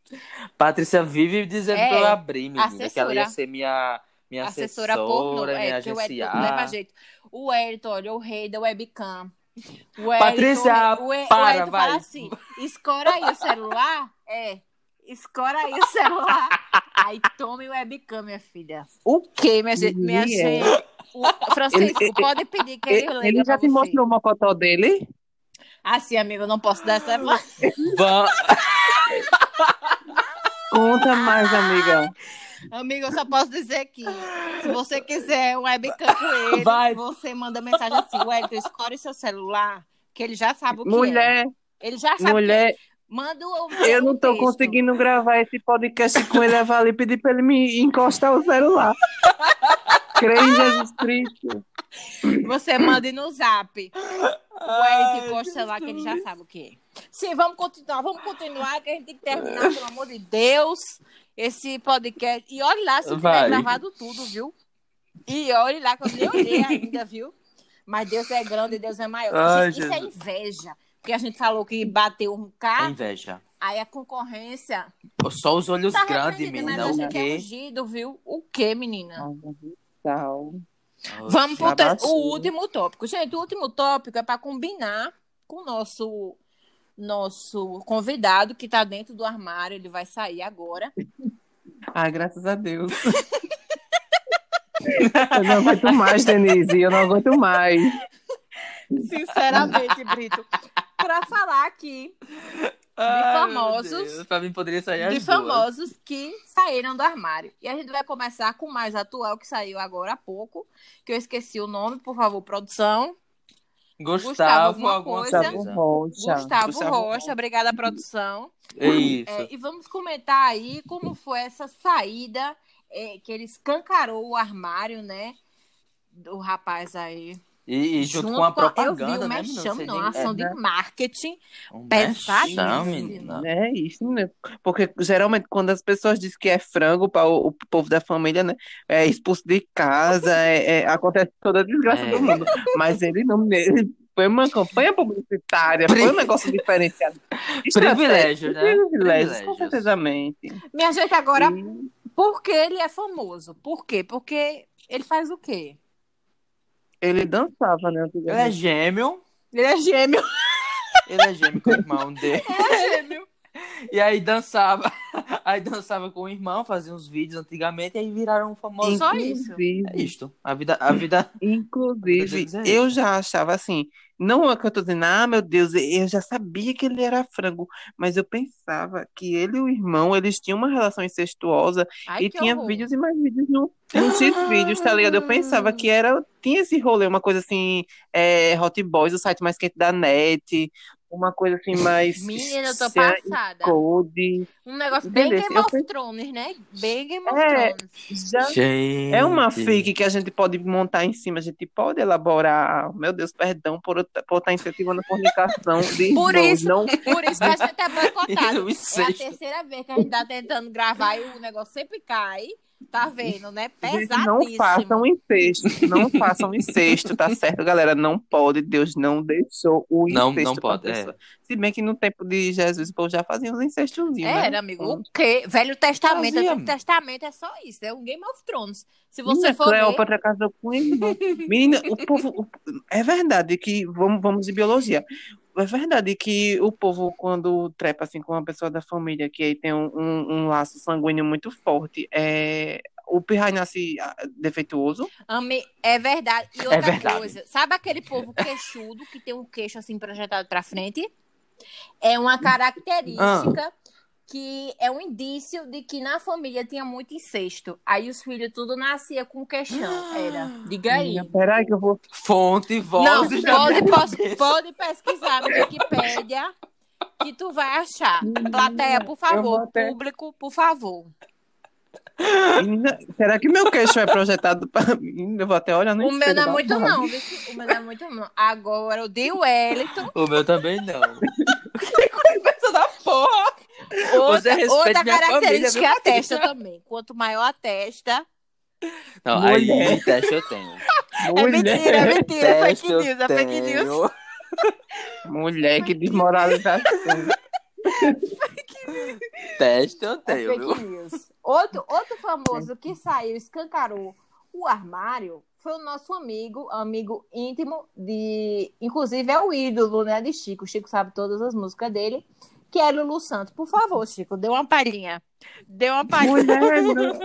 A: Patrícia vive dizendo
C: É,
A: pra eu abrir, menina, que ela
C: assessora.
A: ia ser minha, minha
C: assessora
A: assessora,
C: pornô,
A: minha
C: é, que o Wellington
A: agenciar.
C: leva jeito. O Wellington, olha, o rei da webcam. O Wellington-
A: Patrícia,
C: o Wellington
A: para,
C: fala
A: vai.
C: assim, escora aí o celular, é, escora aí o celular, aí tome o webcam, minha filha. O quê, minha gente? Minha
B: Ele é.
C: gente? O Francisco,
B: Ele-
C: pode pedir que ele,
B: Ele,
C: leia
B: já
C: pra
B: te
C: você.
B: mostrou uma foto dele?
C: Assim, amigo, eu não posso dar essa...
A: Va-
C: Tá? Ah,
B: Conta mais, amiga.
C: Amigo, eu só posso dizer que se você quiser um webcam com ele,
A: Vai.
C: você manda mensagem assim, Wellington, escolhe seu celular, que ele já sabe o que é.
B: Mulher,
C: Ele já sabe.
B: mulher,
C: Manda o
B: eu não tô
C: texto.
B: conseguindo gravar esse podcast com ele. Eu vou ali pedir pra ele me encostar o celular. Creio em Jesus Cristo.
C: Você manda no zap. O
A: Ai,
C: Eric posta lá que ele já sabe o que é. Sim, vamos continuar, vamos continuar, que a gente tem que terminar, pelo amor de Deus, esse podcast. E olha lá se eu tiver
A: Vai.
C: gravado tudo, viu? E olha lá que eu nem olhei ainda, viu? Mas Deus é grande, Deus é maior.
A: Ai,
C: Gente, isso é
A: Jesus.
C: inveja. Porque a gente falou que bateu um
A: É
C: K,
A: inveja.
C: aí a concorrência.
A: Só os olhos
C: Tá
A: grandes,
C: repreendida,
A: menina.
C: mas
A: O
C: a gente é
A: quê?
C: ungido, viu? O quê, menina?
B: Tchau.
C: Vamos pro
B: Abaixou.
C: te- o último tópico. Gente, o último tópico é para combinar com o nosso, nosso convidado que tá dentro do armário. Ele vai sair agora.
B: Ah, graças a Deus. eu não aguento mais, Denise. Eu não aguento mais.
C: Sinceramente, Brito. Para falar aqui
A: Ai, meu
C: famosos.
A: Deus, Pra mim poderia sair as
C: de
A: duas.
C: famosos que saíram do armário. E a gente vai começar com o mais atual que saiu agora há pouco, que eu esqueci o nome, por favor, produção.
A: Gustavo,
C: Gustavo, alguma
A: alguma
C: coisa?
A: coisa.
B: Gustavo Rocha.
C: é. Gustavo, Rocha, obrigada, produção.
A: Isso.
C: É, e vamos comentar aí como foi essa saída é, que ele escancarou o armário, né? Do rapaz aí.
A: E, e junto, com a
C: Eu vi
A: propaganda,
C: o
A: né,
C: mexame,
A: menina?
C: não, uma ação de
B: né?
C: marketing.
A: Um
C: pesadíssimo.
A: mexame, menina.
B: É isso, né? Porque geralmente quando as pessoas dizem que é frango para o, o povo da família, né? É expulso de casa, é- é- acontece toda a desgraça
A: É.
B: do mundo. Mas ele não. ele- foi uma campanha publicitária, foi um negócio diferenciado.
A: Privilégio, né?
B: Privilégio, é com
A: Privilégios.
B: certeza.
C: Minha gente, agora, por que ele é famoso? Por quê? Porque ele faz o quê?
B: Ele dançava, né?
A: Ele é gêmeo.
C: Ele é gêmeo.
A: Ele é gêmeo com o irmão dele.
C: Ele é gêmeo.
A: E aí dançava. Aí dançava com o irmão, fazia uns vídeos antigamente, e aí viraram um famoso.
C: Só isso.
B: Inclusive,
A: É isto. A vida, a vida
B: Inclusive,
A: Deus, é
B: eu
A: isso.
B: já achava assim, não é que eu tô dizendo, ah, meu Deus, eu já sabia que ele era frango, mas eu pensava que ele e o irmão, eles tinham uma relação incestuosa
C: Ai,
B: e
C: que
B: tinha
C: horror.
B: vídeos e mais vídeos no, no X-Vídeos, tá ligado? Eu pensava que era, tinha esse rolê, uma coisa assim, é, Hot Boys, o site mais quente da net, uma coisa assim mais
C: Menina, eu tô
B: Sean
C: passada.
B: Code.
C: Um negócio bem
B: Beleza,
C: Game
B: eu
C: of Thrones, né? Bem Game of
B: É.
C: Thrones.
B: Já
A: Gente.
B: É uma fake que a gente pode montar em cima, a gente pode elaborar. Meu Deus, perdão por por estar incentivando a fornicação de
C: Por
B: irmãos,
C: isso-
B: não
C: Por isso que a gente é boicotado.
A: Eu
C: É a
A: incesto.
C: terceira vez que a gente tá tentando gravar e o negócio sempre cai. Tá vendo, né?
B: Gente,
C: Pesadíssimo.
B: não façam incesto, não façam incesto, tá certo, galera? Não pode, Deus não deixou o
A: Não-
B: incesto
A: não
B: pra
A: pode, é.
B: pessoa. Se bem que no tempo de Jesus, o povo já fazia uns incestozinhos, né?
C: É, Era, amigo. O quê? Velho Testamento,
A: Fazia.
C: Antigo Testamento é só isso. É um Game of Thrones. Se você
B: Menina,
C: for ler...
B: Cleópatra casou com ele. Menina, o povo. o- é verdade que. Vamos, vamos de biologia. É verdade que o povo, quando trepa assim com uma pessoa da família, que aí tem um, um- um laço sanguíneo muito forte, é, o pirrai nasce ah, defeituoso.
C: Ami- É verdade. E outra
A: verdade.
C: coisa, sabe aquele povo queixudo que tem um queixo assim projetado pra frente? É uma característica
B: Ah.
C: que é um indício de que na família tinha muito incesto. Aí os filhos tudo nascia com queixão. Era.
B: Ah.
C: Diga aí.
B: Menina, Peraí, que eu vou.
A: Fonte,
C: Não,
A: vozes da
C: pode,
A: minha
C: pos-
A: cabeça.
C: pode pesquisar na Wikipédia que tu vai achar. Plateia, por
B: vou
C: favor.
B: até-
C: Público, por favor.
B: Menina, será que meu queixo é projetado para mim? Eu vou até olhar no
C: O meu não é
B: espelho,
C: muito
B: babado.
C: não, viu? O meu não é muito não. Agora, o de Wellington
A: O meu também não.
C: Pensa da porra.
A: Você
C: Outra,
A: respeita
C: outra
A: minha
C: característica
A: família,
C: é a testa também. Quanto maior a testa.
A: Não, aí
B: Mulher.
A: de teste eu tenho.
C: É mentira, é mentira. É fake
A: Teste eu
C: news, é fake news.
A: tenho.
B: Mulher, que desmoralização.
A: Teste eu
C: É
A: tenho, viu?
C: fake news. Outro, outro famoso que saiu, escancarou o armário, foi o nosso amigo, amigo íntimo de. Inclusive, é o ídolo, né? De Chico. O Chico sabe todas as músicas dele. Que é Lulu Santos. Por favor, Chico, dê uma palhinha. Dê uma palhinha.
B: Mulher, não.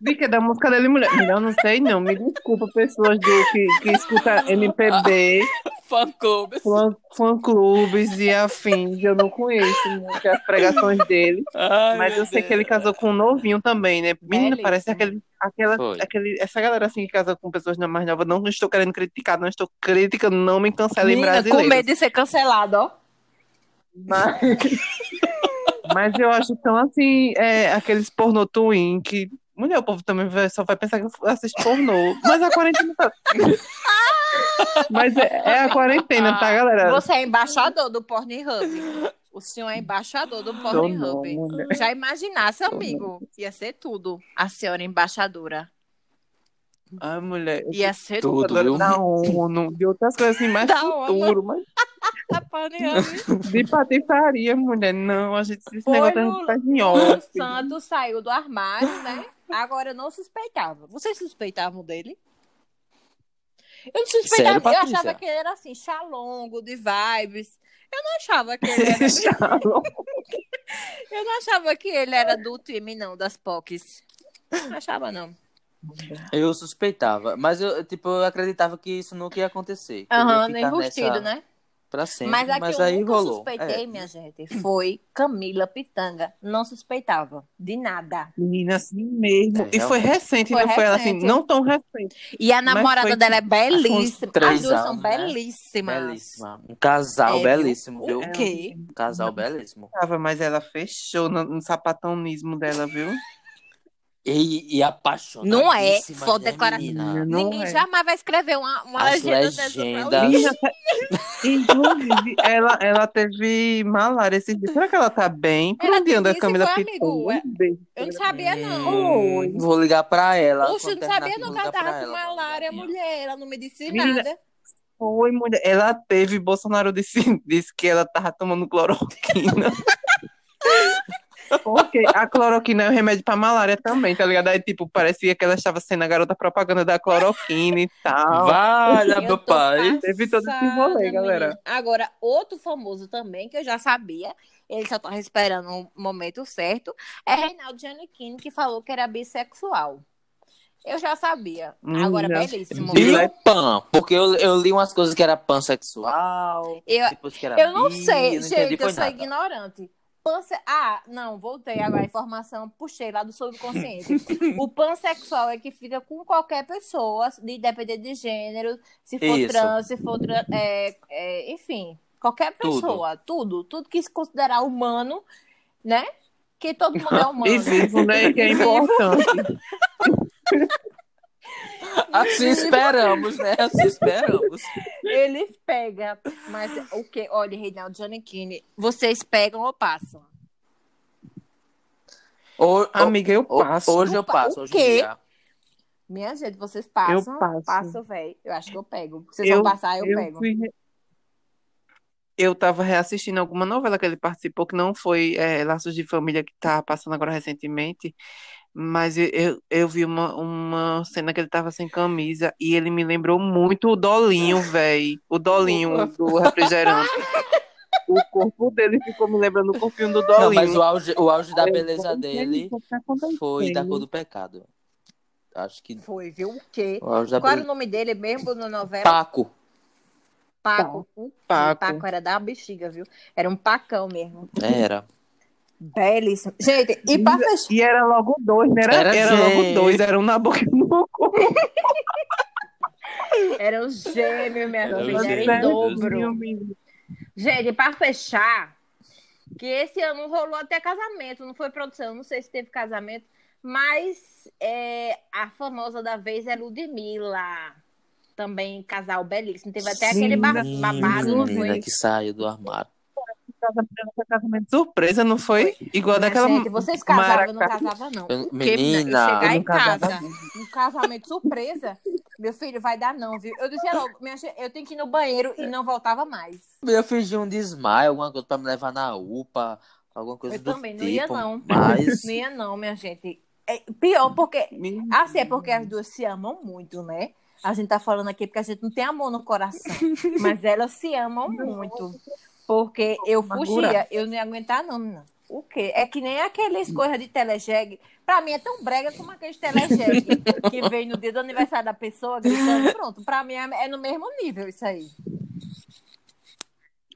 B: Vi que é da música dele, mulher. Não, não sei não. Me desculpa, pessoas do, que, que escutam MPB,
A: Fã clube.
B: fã, fã clubes e afins. Eu não conheço muito as pregações dele.
A: Ai,
B: Mas
A: meu
B: eu sei
A: Deus.
B: que ele casou com um novinho também, né? Menino,
C: Belíssimo.
B: parece aquele, aquela,
A: Foi.
B: aquele. Essa galera assim que casa com pessoas mais novas. Não estou querendo criticar, não estou criticando, não me cancelem
C: Menina, com
B: brasileiros.
C: medo de ser cancelado, ó.
B: Mas, mas eu acho tão assim, é, aqueles pornô twin que. Mulher, o povo também vai- só vai pensar que eu assisto pornô. Mas a quarentena tá. Mas é, é a quarentena, tá, galera?
C: Você é embaixador do Pornhub. O senhor é embaixador do
B: Tô não,
C: Pornhub.
B: mulher.
C: Já imaginasse, amigo? Ia ser tudo. A senhora embaixadora.
B: Ai, mulher. eu
C: Ia ser
A: Tudo,
C: tudo. Tá.
B: sou adora-
A: viu?
B: Da ONU, de outras coisas assim, mais
C: Da
B: futuro, mas
C: A Pornhub.
B: de patifaria, mulher. Não, a gente, esse
C: Foi
B: negócio é a
C: no-
B: gente faz em
C: O
B: off.
C: Santos saiu do armário, né? Agora eu não suspeitava. Vocês suspeitavam dele? Eu não suspeitava.
A: Sério,
C: eu
A: Patrícia?
C: achava que ele era assim, xalongo, de vibes. Eu não achava que ele era. eu não achava que ele era do time, não, das POCs. Não achava, não.
A: Eu suspeitava, mas eu, tipo, eu acreditava que isso nunca ia acontecer. que eu ia
C: Aham,
A: ficar
C: nem enrustido,
A: nessa
C: né?
A: Pra sempre,
C: Mas
A: mas,
C: a que eu
A: aí
C: nunca
A: rolou.
C: suspeitei,
A: É.
C: minha gente, foi Camila Pitanga. Não suspeitava de nada.
B: Menina, assim mesmo.
A: É,
B: E foi recente,
C: Foi
B: não foi ela assim,
C: recente.
B: não tão recente.
C: E a namorada
B: foi
C: dela é belíssima.
A: tipo três
C: As duas são
A: anos, né?
C: belíssimas.
A: Belíssima. Um casal
C: É,
A: belíssimo, viu?
C: O quê?
A: Um casal belíssimo.
B: Tava, mas ela fechou no, no sapatonismo dela, viu?
A: E, e apaixonadíssima.
C: Não é, só
A: né,
C: declaração.
A: menina?
B: Não
C: Ninguém
B: é.
C: jamais vai escrever uma, uma
A: As
C: legenda dessa pra
A: legendas.
C: alguém.
B: Menina, tá- inclusive, ela, ela teve malária esses dias. Será que ela tá bem? Por
C: Ela
B: onde anda a
C: disse que
B: Camila
C: foi,
B: Pitão?
C: amigo, é.
B: Um beijo.
C: Eu não sabia, não.
A: Hum, vou ligar pra ela.
C: Oxe, eu
A: quando
C: não
A: terminar
C: sabia
A: aqui,
C: não
A: vou
C: que ela
A: ligar pra
C: tava com
A: vou ligar
C: malária,
A: pra ela.
C: mulher. Ela não me disse
B: Menina,
C: nada.
B: Foi, mulher. Ela teve, Bolsonaro disse, disse que ela tava tomando cloroquina. Porque a cloroquina é um remédio pra malária também, tá ligado? Aí, tipo, parecia que ela estava sendo a garota propaganda da cloroquina e tal.
A: Valha,
C: Eu tô
A: papai.
B: Teve todo esse
C: passada,
B: rolê,
C: menina.
B: galera.
C: Agora, outro famoso também, que eu já sabia, ele só tava esperando o momento certo, é Reinaldo Giannichini, que falou que era bissexual. Eu já sabia.
B: Hum,
C: Agora,
B: não.
C: belíssimo.
B: Bi-
C: viu?
A: Bio é pan, porque eu, eu li umas coisas que era pansexual,
C: Eu,
A: depois que era
C: Ah, eu não sei,
A: bi, Tá não entendi,
C: gente, eu
A: foi
C: sou
A: nada.
C: ignorante. Panse... Ah, não, voltei agora a informação, puxei lá do subconsciente. o pansexual é que fica com qualquer pessoa, de depender de gênero, se for
A: Isso.
C: trans, se for trans, é, é, enfim, qualquer
A: Tudo.
C: pessoa, tudo, tudo, que se considerar humano, né? Que todo mundo é humano.
B: E vivo, né? Que é
C: Vivo.
B: importante.
A: Assim esperamos, né? Assim esperamos.
C: Ele pega, mas é o que? Olha, Reinaldo Giannichini, vocês pegam ou passam?
A: Ho- ho-
B: Amiga, eu
A: ho-
B: passo.
A: hoje eu
C: O pa-
A: passo,
C: o
A: hoje em
C: quê?
A: dia.
C: Minha gente, vocês passam.
B: Eu passo.
C: velho. Eu acho que eu pego. Vocês vão passar, eu, pego.
B: fui re- Eu tava reassistindo alguma novela que ele participou, que não foi é, Laços de Família, que tá passando agora recentemente, mas eu, eu, eu vi uma, uma cena que ele tava sem camisa e ele me lembrou muito o Dolinho, véi. O Dolinho do refrigerante. O corpo dele ficou me lembrando o corpinho do Dolinho.
A: Não, mas o auge, o auge da
B: Aí eu,
A: beleza
B: "Gente,
A: dele
B: o que tá acontecendo?"
A: foi da cor do pecado. Acho que
C: Foi, viu? O quê?
A: o auge da
C: Qual era
A: beleza.
C: o nome dele mesmo na novela?
A: Paco.
C: Paco. O
B: Paco.
C: Paco era da bexiga, viu? Era um pacão mesmo.
A: né, Era.
C: Belíssimo. Gente, e pra fechar.
B: E era logo dois, né? Era,
A: Era
B: era, logo
A: gente.
B: dois, era um na boca e um no cu.
C: Era um gêmeo, minha
A: Era um
C: filha. Era em
A: gêmeo.
C: dobro. Gente, e pra fechar, que esse ano rolou até casamento. Não foi produção, não sei se teve casamento. Mas é, a famosa da vez é Ludmilla. Também casal belíssimo. Teve até aquele
B: Sim,
C: ba-
A: Sim,
C: babado. não
A: menina
C: foi?
A: que saiu do armário.
B: casamento, foi casamento é surpresa, não foi? Igual
C: Minha
B: daquela.
C: gente, vocês casavam, eu não
B: maracá.
C: casava, não.
A: Eu-
C: O quê,
A: menina,
C: Eu chegar
B: eu
C: em
B: não casava,
C: casa, um casamento surpresa, meu filho, vai dar não, viu? Eu dizia logo, minha gente, eu tenho que ir no banheiro e não voltava mais.
A: Eu fingi um desmaio, alguma coisa pra me levar na UPA, alguma coisa
C: Eu
A: do
C: também
A: tipo.
C: não ia, não.
A: Mas
C: Não ia não, minha gente. É, pior, porque...
B: Menina,
C: Assim, é porque as duas se amam muito, né? A gente tá falando aqui porque a gente não tem amor no coração. mas elas se amam muito. Porque eu fugia,
B: Amargura.
C: eu não ia aguentar, não, menina. O quê? É que nem aqueles coisas de telejegue. Pra mim é tão brega como aqueles telejegue que vem no dia do aniversário da pessoa gritando. Pronto, pra mim é é no mesmo nível isso aí.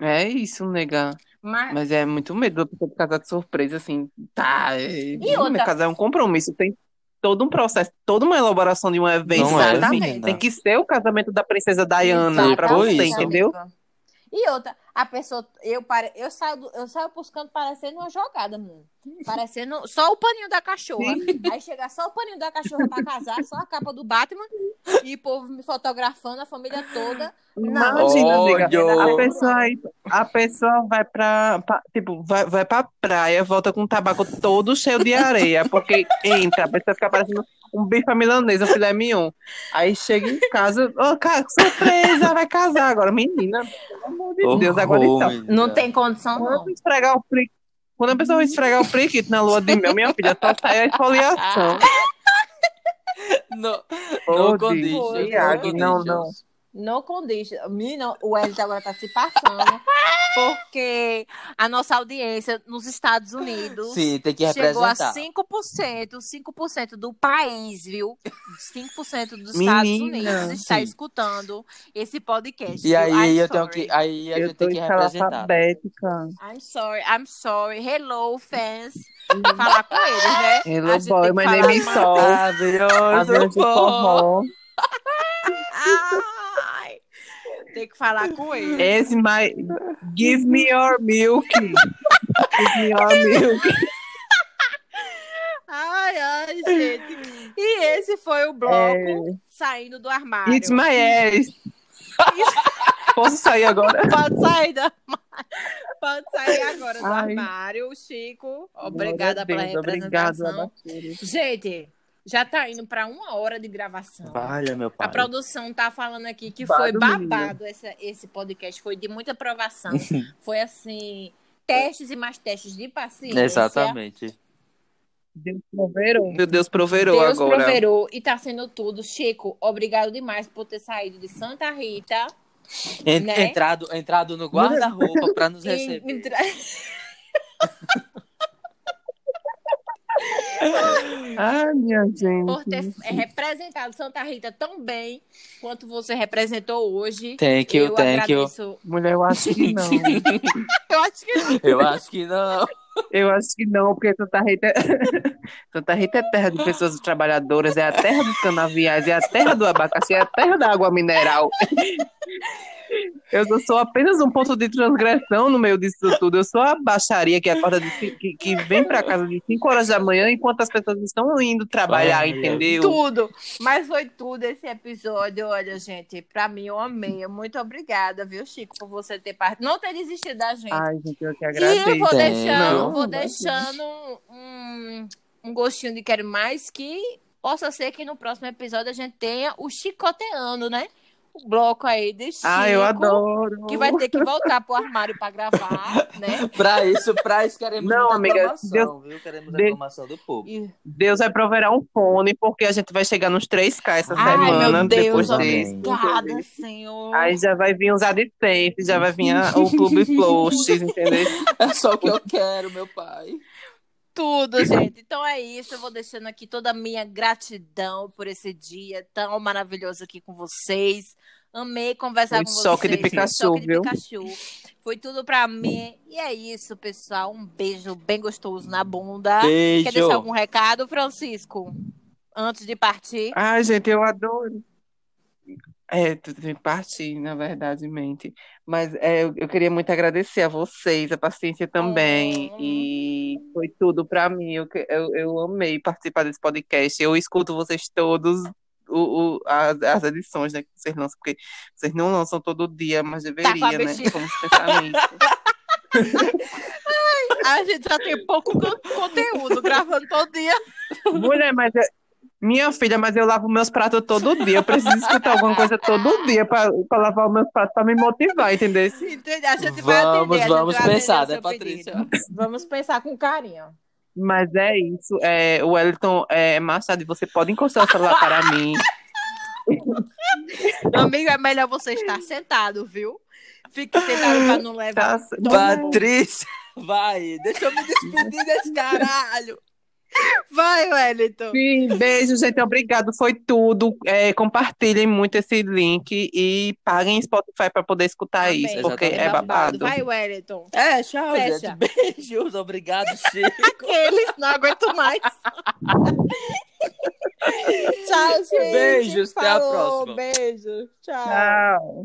B: É isso, nega.
C: Mas,
B: Mas é muito medo da pessoa casar de surpresa, assim. Tá. E
C: outra-
B: Casar é um compromisso. Tem todo um processo, toda uma elaboração de um evento.
A: não é,
B: sabe?
C: Exatamente.
A: menina.
B: Tem que ser o casamento da princesa Diana
A: Exatamente.
B: pra você,
A: Depois-
B: entendeu?
C: E outra, a pessoa, eu, pare- eu, saio, do- eu saio buscando parecendo uma jogada, menino. Parecendo só o paninho da cachorra. Aí chega só o paninho da cachorra pra casar, só a capa do Batman. E o povo me fotografando, a família toda.
B: Imagina, nega.
A: Olha.
B: A pessoa, aí- a pessoa vai pra, pra- tipo, vai, vai pra praia, volta com o tabaco todo cheio de areia, porque entra, a pessoa fica parecendo um bife à milanesa, um filé mignon. Aí chega em casa, ô, cara, que surpresa, vai casar agora. Menina, pelo amor de Deus, agora
A: Horror,
B: então.
A: menina.
C: Não tem condição,
B: Quando
C: não.
B: eu esfregar o pri- Quando a pessoa esfregar o prequito na lua de mel, minha filha, só sai a esfoliação.
A: Não,
B: Ô,
A: não condiz.
B: Deus,
A: não
B: Iago,
A: condiz,
B: não,
A: Deus.
B: não.
C: Não condiz. Menina, o Elito agora tá se passando. Porque a nossa audiência nos Estados Unidos.
A: Sim, tem que
C: Chegou assim, a
A: representar.
C: 5%, 5% do país, viu? 5% dos Estados
B: Menina.
C: Unidos está
A: Sim.
C: escutando esse podcast.
A: E
C: viu? I'm
A: aí eu tenho
C: sorry.
A: que. Aí a
B: Eu
A: gente
B: tô
A: tem que representar.
B: escalafabética.
C: I'm sorry, I'm sorry. Hello, fans. Falar com eles, né? A
B: Uhum. Hello,
C: gente
B: boy,
C: tem que
B: my
C: falar
B: name is
C: mais.
B: Sol. Avião de
A: Maravilhoso, pô.
B: forró.
C: Ai, tem que falar com eles.
B: Is my give me your milk. give me your milk.
C: Ai, ai, gente. E esse foi o bloco saindo do armário.
B: É. It's my ass. Posso sair agora?
C: Pode sair da Pode sair agora do
B: Ai.
C: armário, Chico. Obrigada pela
B: Deus,
C: representação.
B: Obrigado, Abacuri.
C: Gente, já tá indo pra uma hora de gravação.
A: Valha, meu
C: A
A: pai.
C: produção tá falando aqui que
B: Babado,
C: foi babado essa- esse podcast, foi de muita aprovação. foi assim, testes e mais testes de paciência.
A: Exatamente.
B: Deus proverou. Meu Deus proverou
C: Deus
B: agora.
C: proverou e tá sendo tudo. Chico, obrigado demais por ter saído de Santa Rita.
A: En-
C: Né?
A: entrado, entrado no guarda-roupa para nos
C: e
A: receber.
C: me tra-
B: Ai, minha gente.
C: por ter é, representado Santa Rita tão bem quanto você representou hoje.
A: Thank you,
C: eu
A: thank you.
C: agradeço. you.
B: Mulher, eu acho que não.
C: Eu acho que
A: Eu acho que não.
B: Eu acho que não, porque Santa Rita, Santa Rita é terra de pessoas trabalhadoras, é a terra dos canaviais, é a terra do abacaxi, é a terra da água mineral. Eu só sou apenas um ponto de transgressão no meio disso tudo. Eu sou a baixaria que acorda de ci- que, que vem para casa de 5 horas da manhã enquanto as pessoas estão indo trabalhar,
A: Olha.
B: entendeu?
C: tudo. Mas foi tudo esse episódio. Olha, gente, pra mim eu amei. Muito obrigada, viu, Chico, por você ter parte. Não ter desistido da gente.
B: Ai, gente, eu que
C: E
B: Ah, agradeço.
C: eu vou
A: Tem.
C: deixando,
B: Não,
C: vou
B: vai
C: deixando um, um gostinho de quero mais que possa ser que no próximo episódio a gente tenha o chicoteando, né? O bloco aí de Chico.
B: Ah, eu adoro.
C: Que vai ter
B: Uhum.
C: que voltar pro armário pra gravar, né?
A: Para isso, para isso queremos
B: Não,
A: muita
B: amiga,
A: informação,
B: Deus-
A: viu? Queremos a
B: Deus-
A: informação do povo.
C: E-
B: Deus vai proverá um fone, porque a gente vai chegar nos 3K essa
C: Ai,
B: semana,
C: meu Deus,
B: depois
A: amém.
B: desse.
C: obrigada, Senhor.
B: Aí já vai vir uns AdSense, já vai vir a- o Clube Posts, entendeu?
A: É só o que eu quero, meu pai.
C: tudo, gente. Então é isso. Eu vou deixando aqui toda a minha gratidão por esse dia tão maravilhoso aqui com vocês. Amei conversar
B: Foi
C: com
B: choque de
C: vocês.
B: Pikachu,
C: Foi choque
B: viu?
C: de Pikachu. Foi tudo pra mim. E é isso, pessoal. Um beijo bem gostoso na bunda. Tá? Quer
A: Beijo.
C: deixar algum recado, Francisco? Antes de partir.
B: Ai, gente, eu adoro. É, tudo em parte, na verdade, mente. Mas é, eu, eu queria muito agradecer a vocês, a paciência também.
C: Hum.
B: E foi tudo pra mim. Eu, que- eu, eu amei participar desse podcast. Eu escuto vocês todos, o, o- as, as edições, né, que vocês lançam, porque vocês não lançam todo dia, mas deveria, né?
C: Tá bexiga.
B: Vamos pensar nisso.
C: A gente já tem pouco con- conteúdo gravando todo dia.
B: Mulher, mas eu- minha filha, mas eu lavo meus pratos todo dia. Eu preciso escutar alguma coisa todo dia pra, pra lavar os meus pratos, pra me motivar, entendeu?
C: Entende? Então, A gente vai atender, a
A: Vamos,
C: gente
A: vamos
C: vai atender
A: pensar,
C: o seu
A: né, Patrícia?
C: pedido. Vamos pensar com carinho.
B: Mas é isso. É, o Wellington é Machado, e você pode encostar o celular para mim.
C: Amigo, é melhor você estar sentado, viu? Fique sentado pra não levar.
B: Tá?
A: Patrícia, vai. Deixa eu me despedir desse caralho.
C: Vai, Wellington.
B: Sim, beijo, gente. Obrigado. Foi tudo. É, compartilhem muito esse link e paguem Spotify para poder escutar
C: Amém.
B: isso, porque
A: Exatamente. Tá
B: é babado.
C: Vai, Wellington.
A: É, tchau,
C: Fecha.
A: gente. Beijos, obrigado, Chico.
C: Eles não aguento mais. Tchau, gente.
A: Beijos, até a
C: Falou,
A: próxima.
C: Beijo. Tchau.
B: Tchau.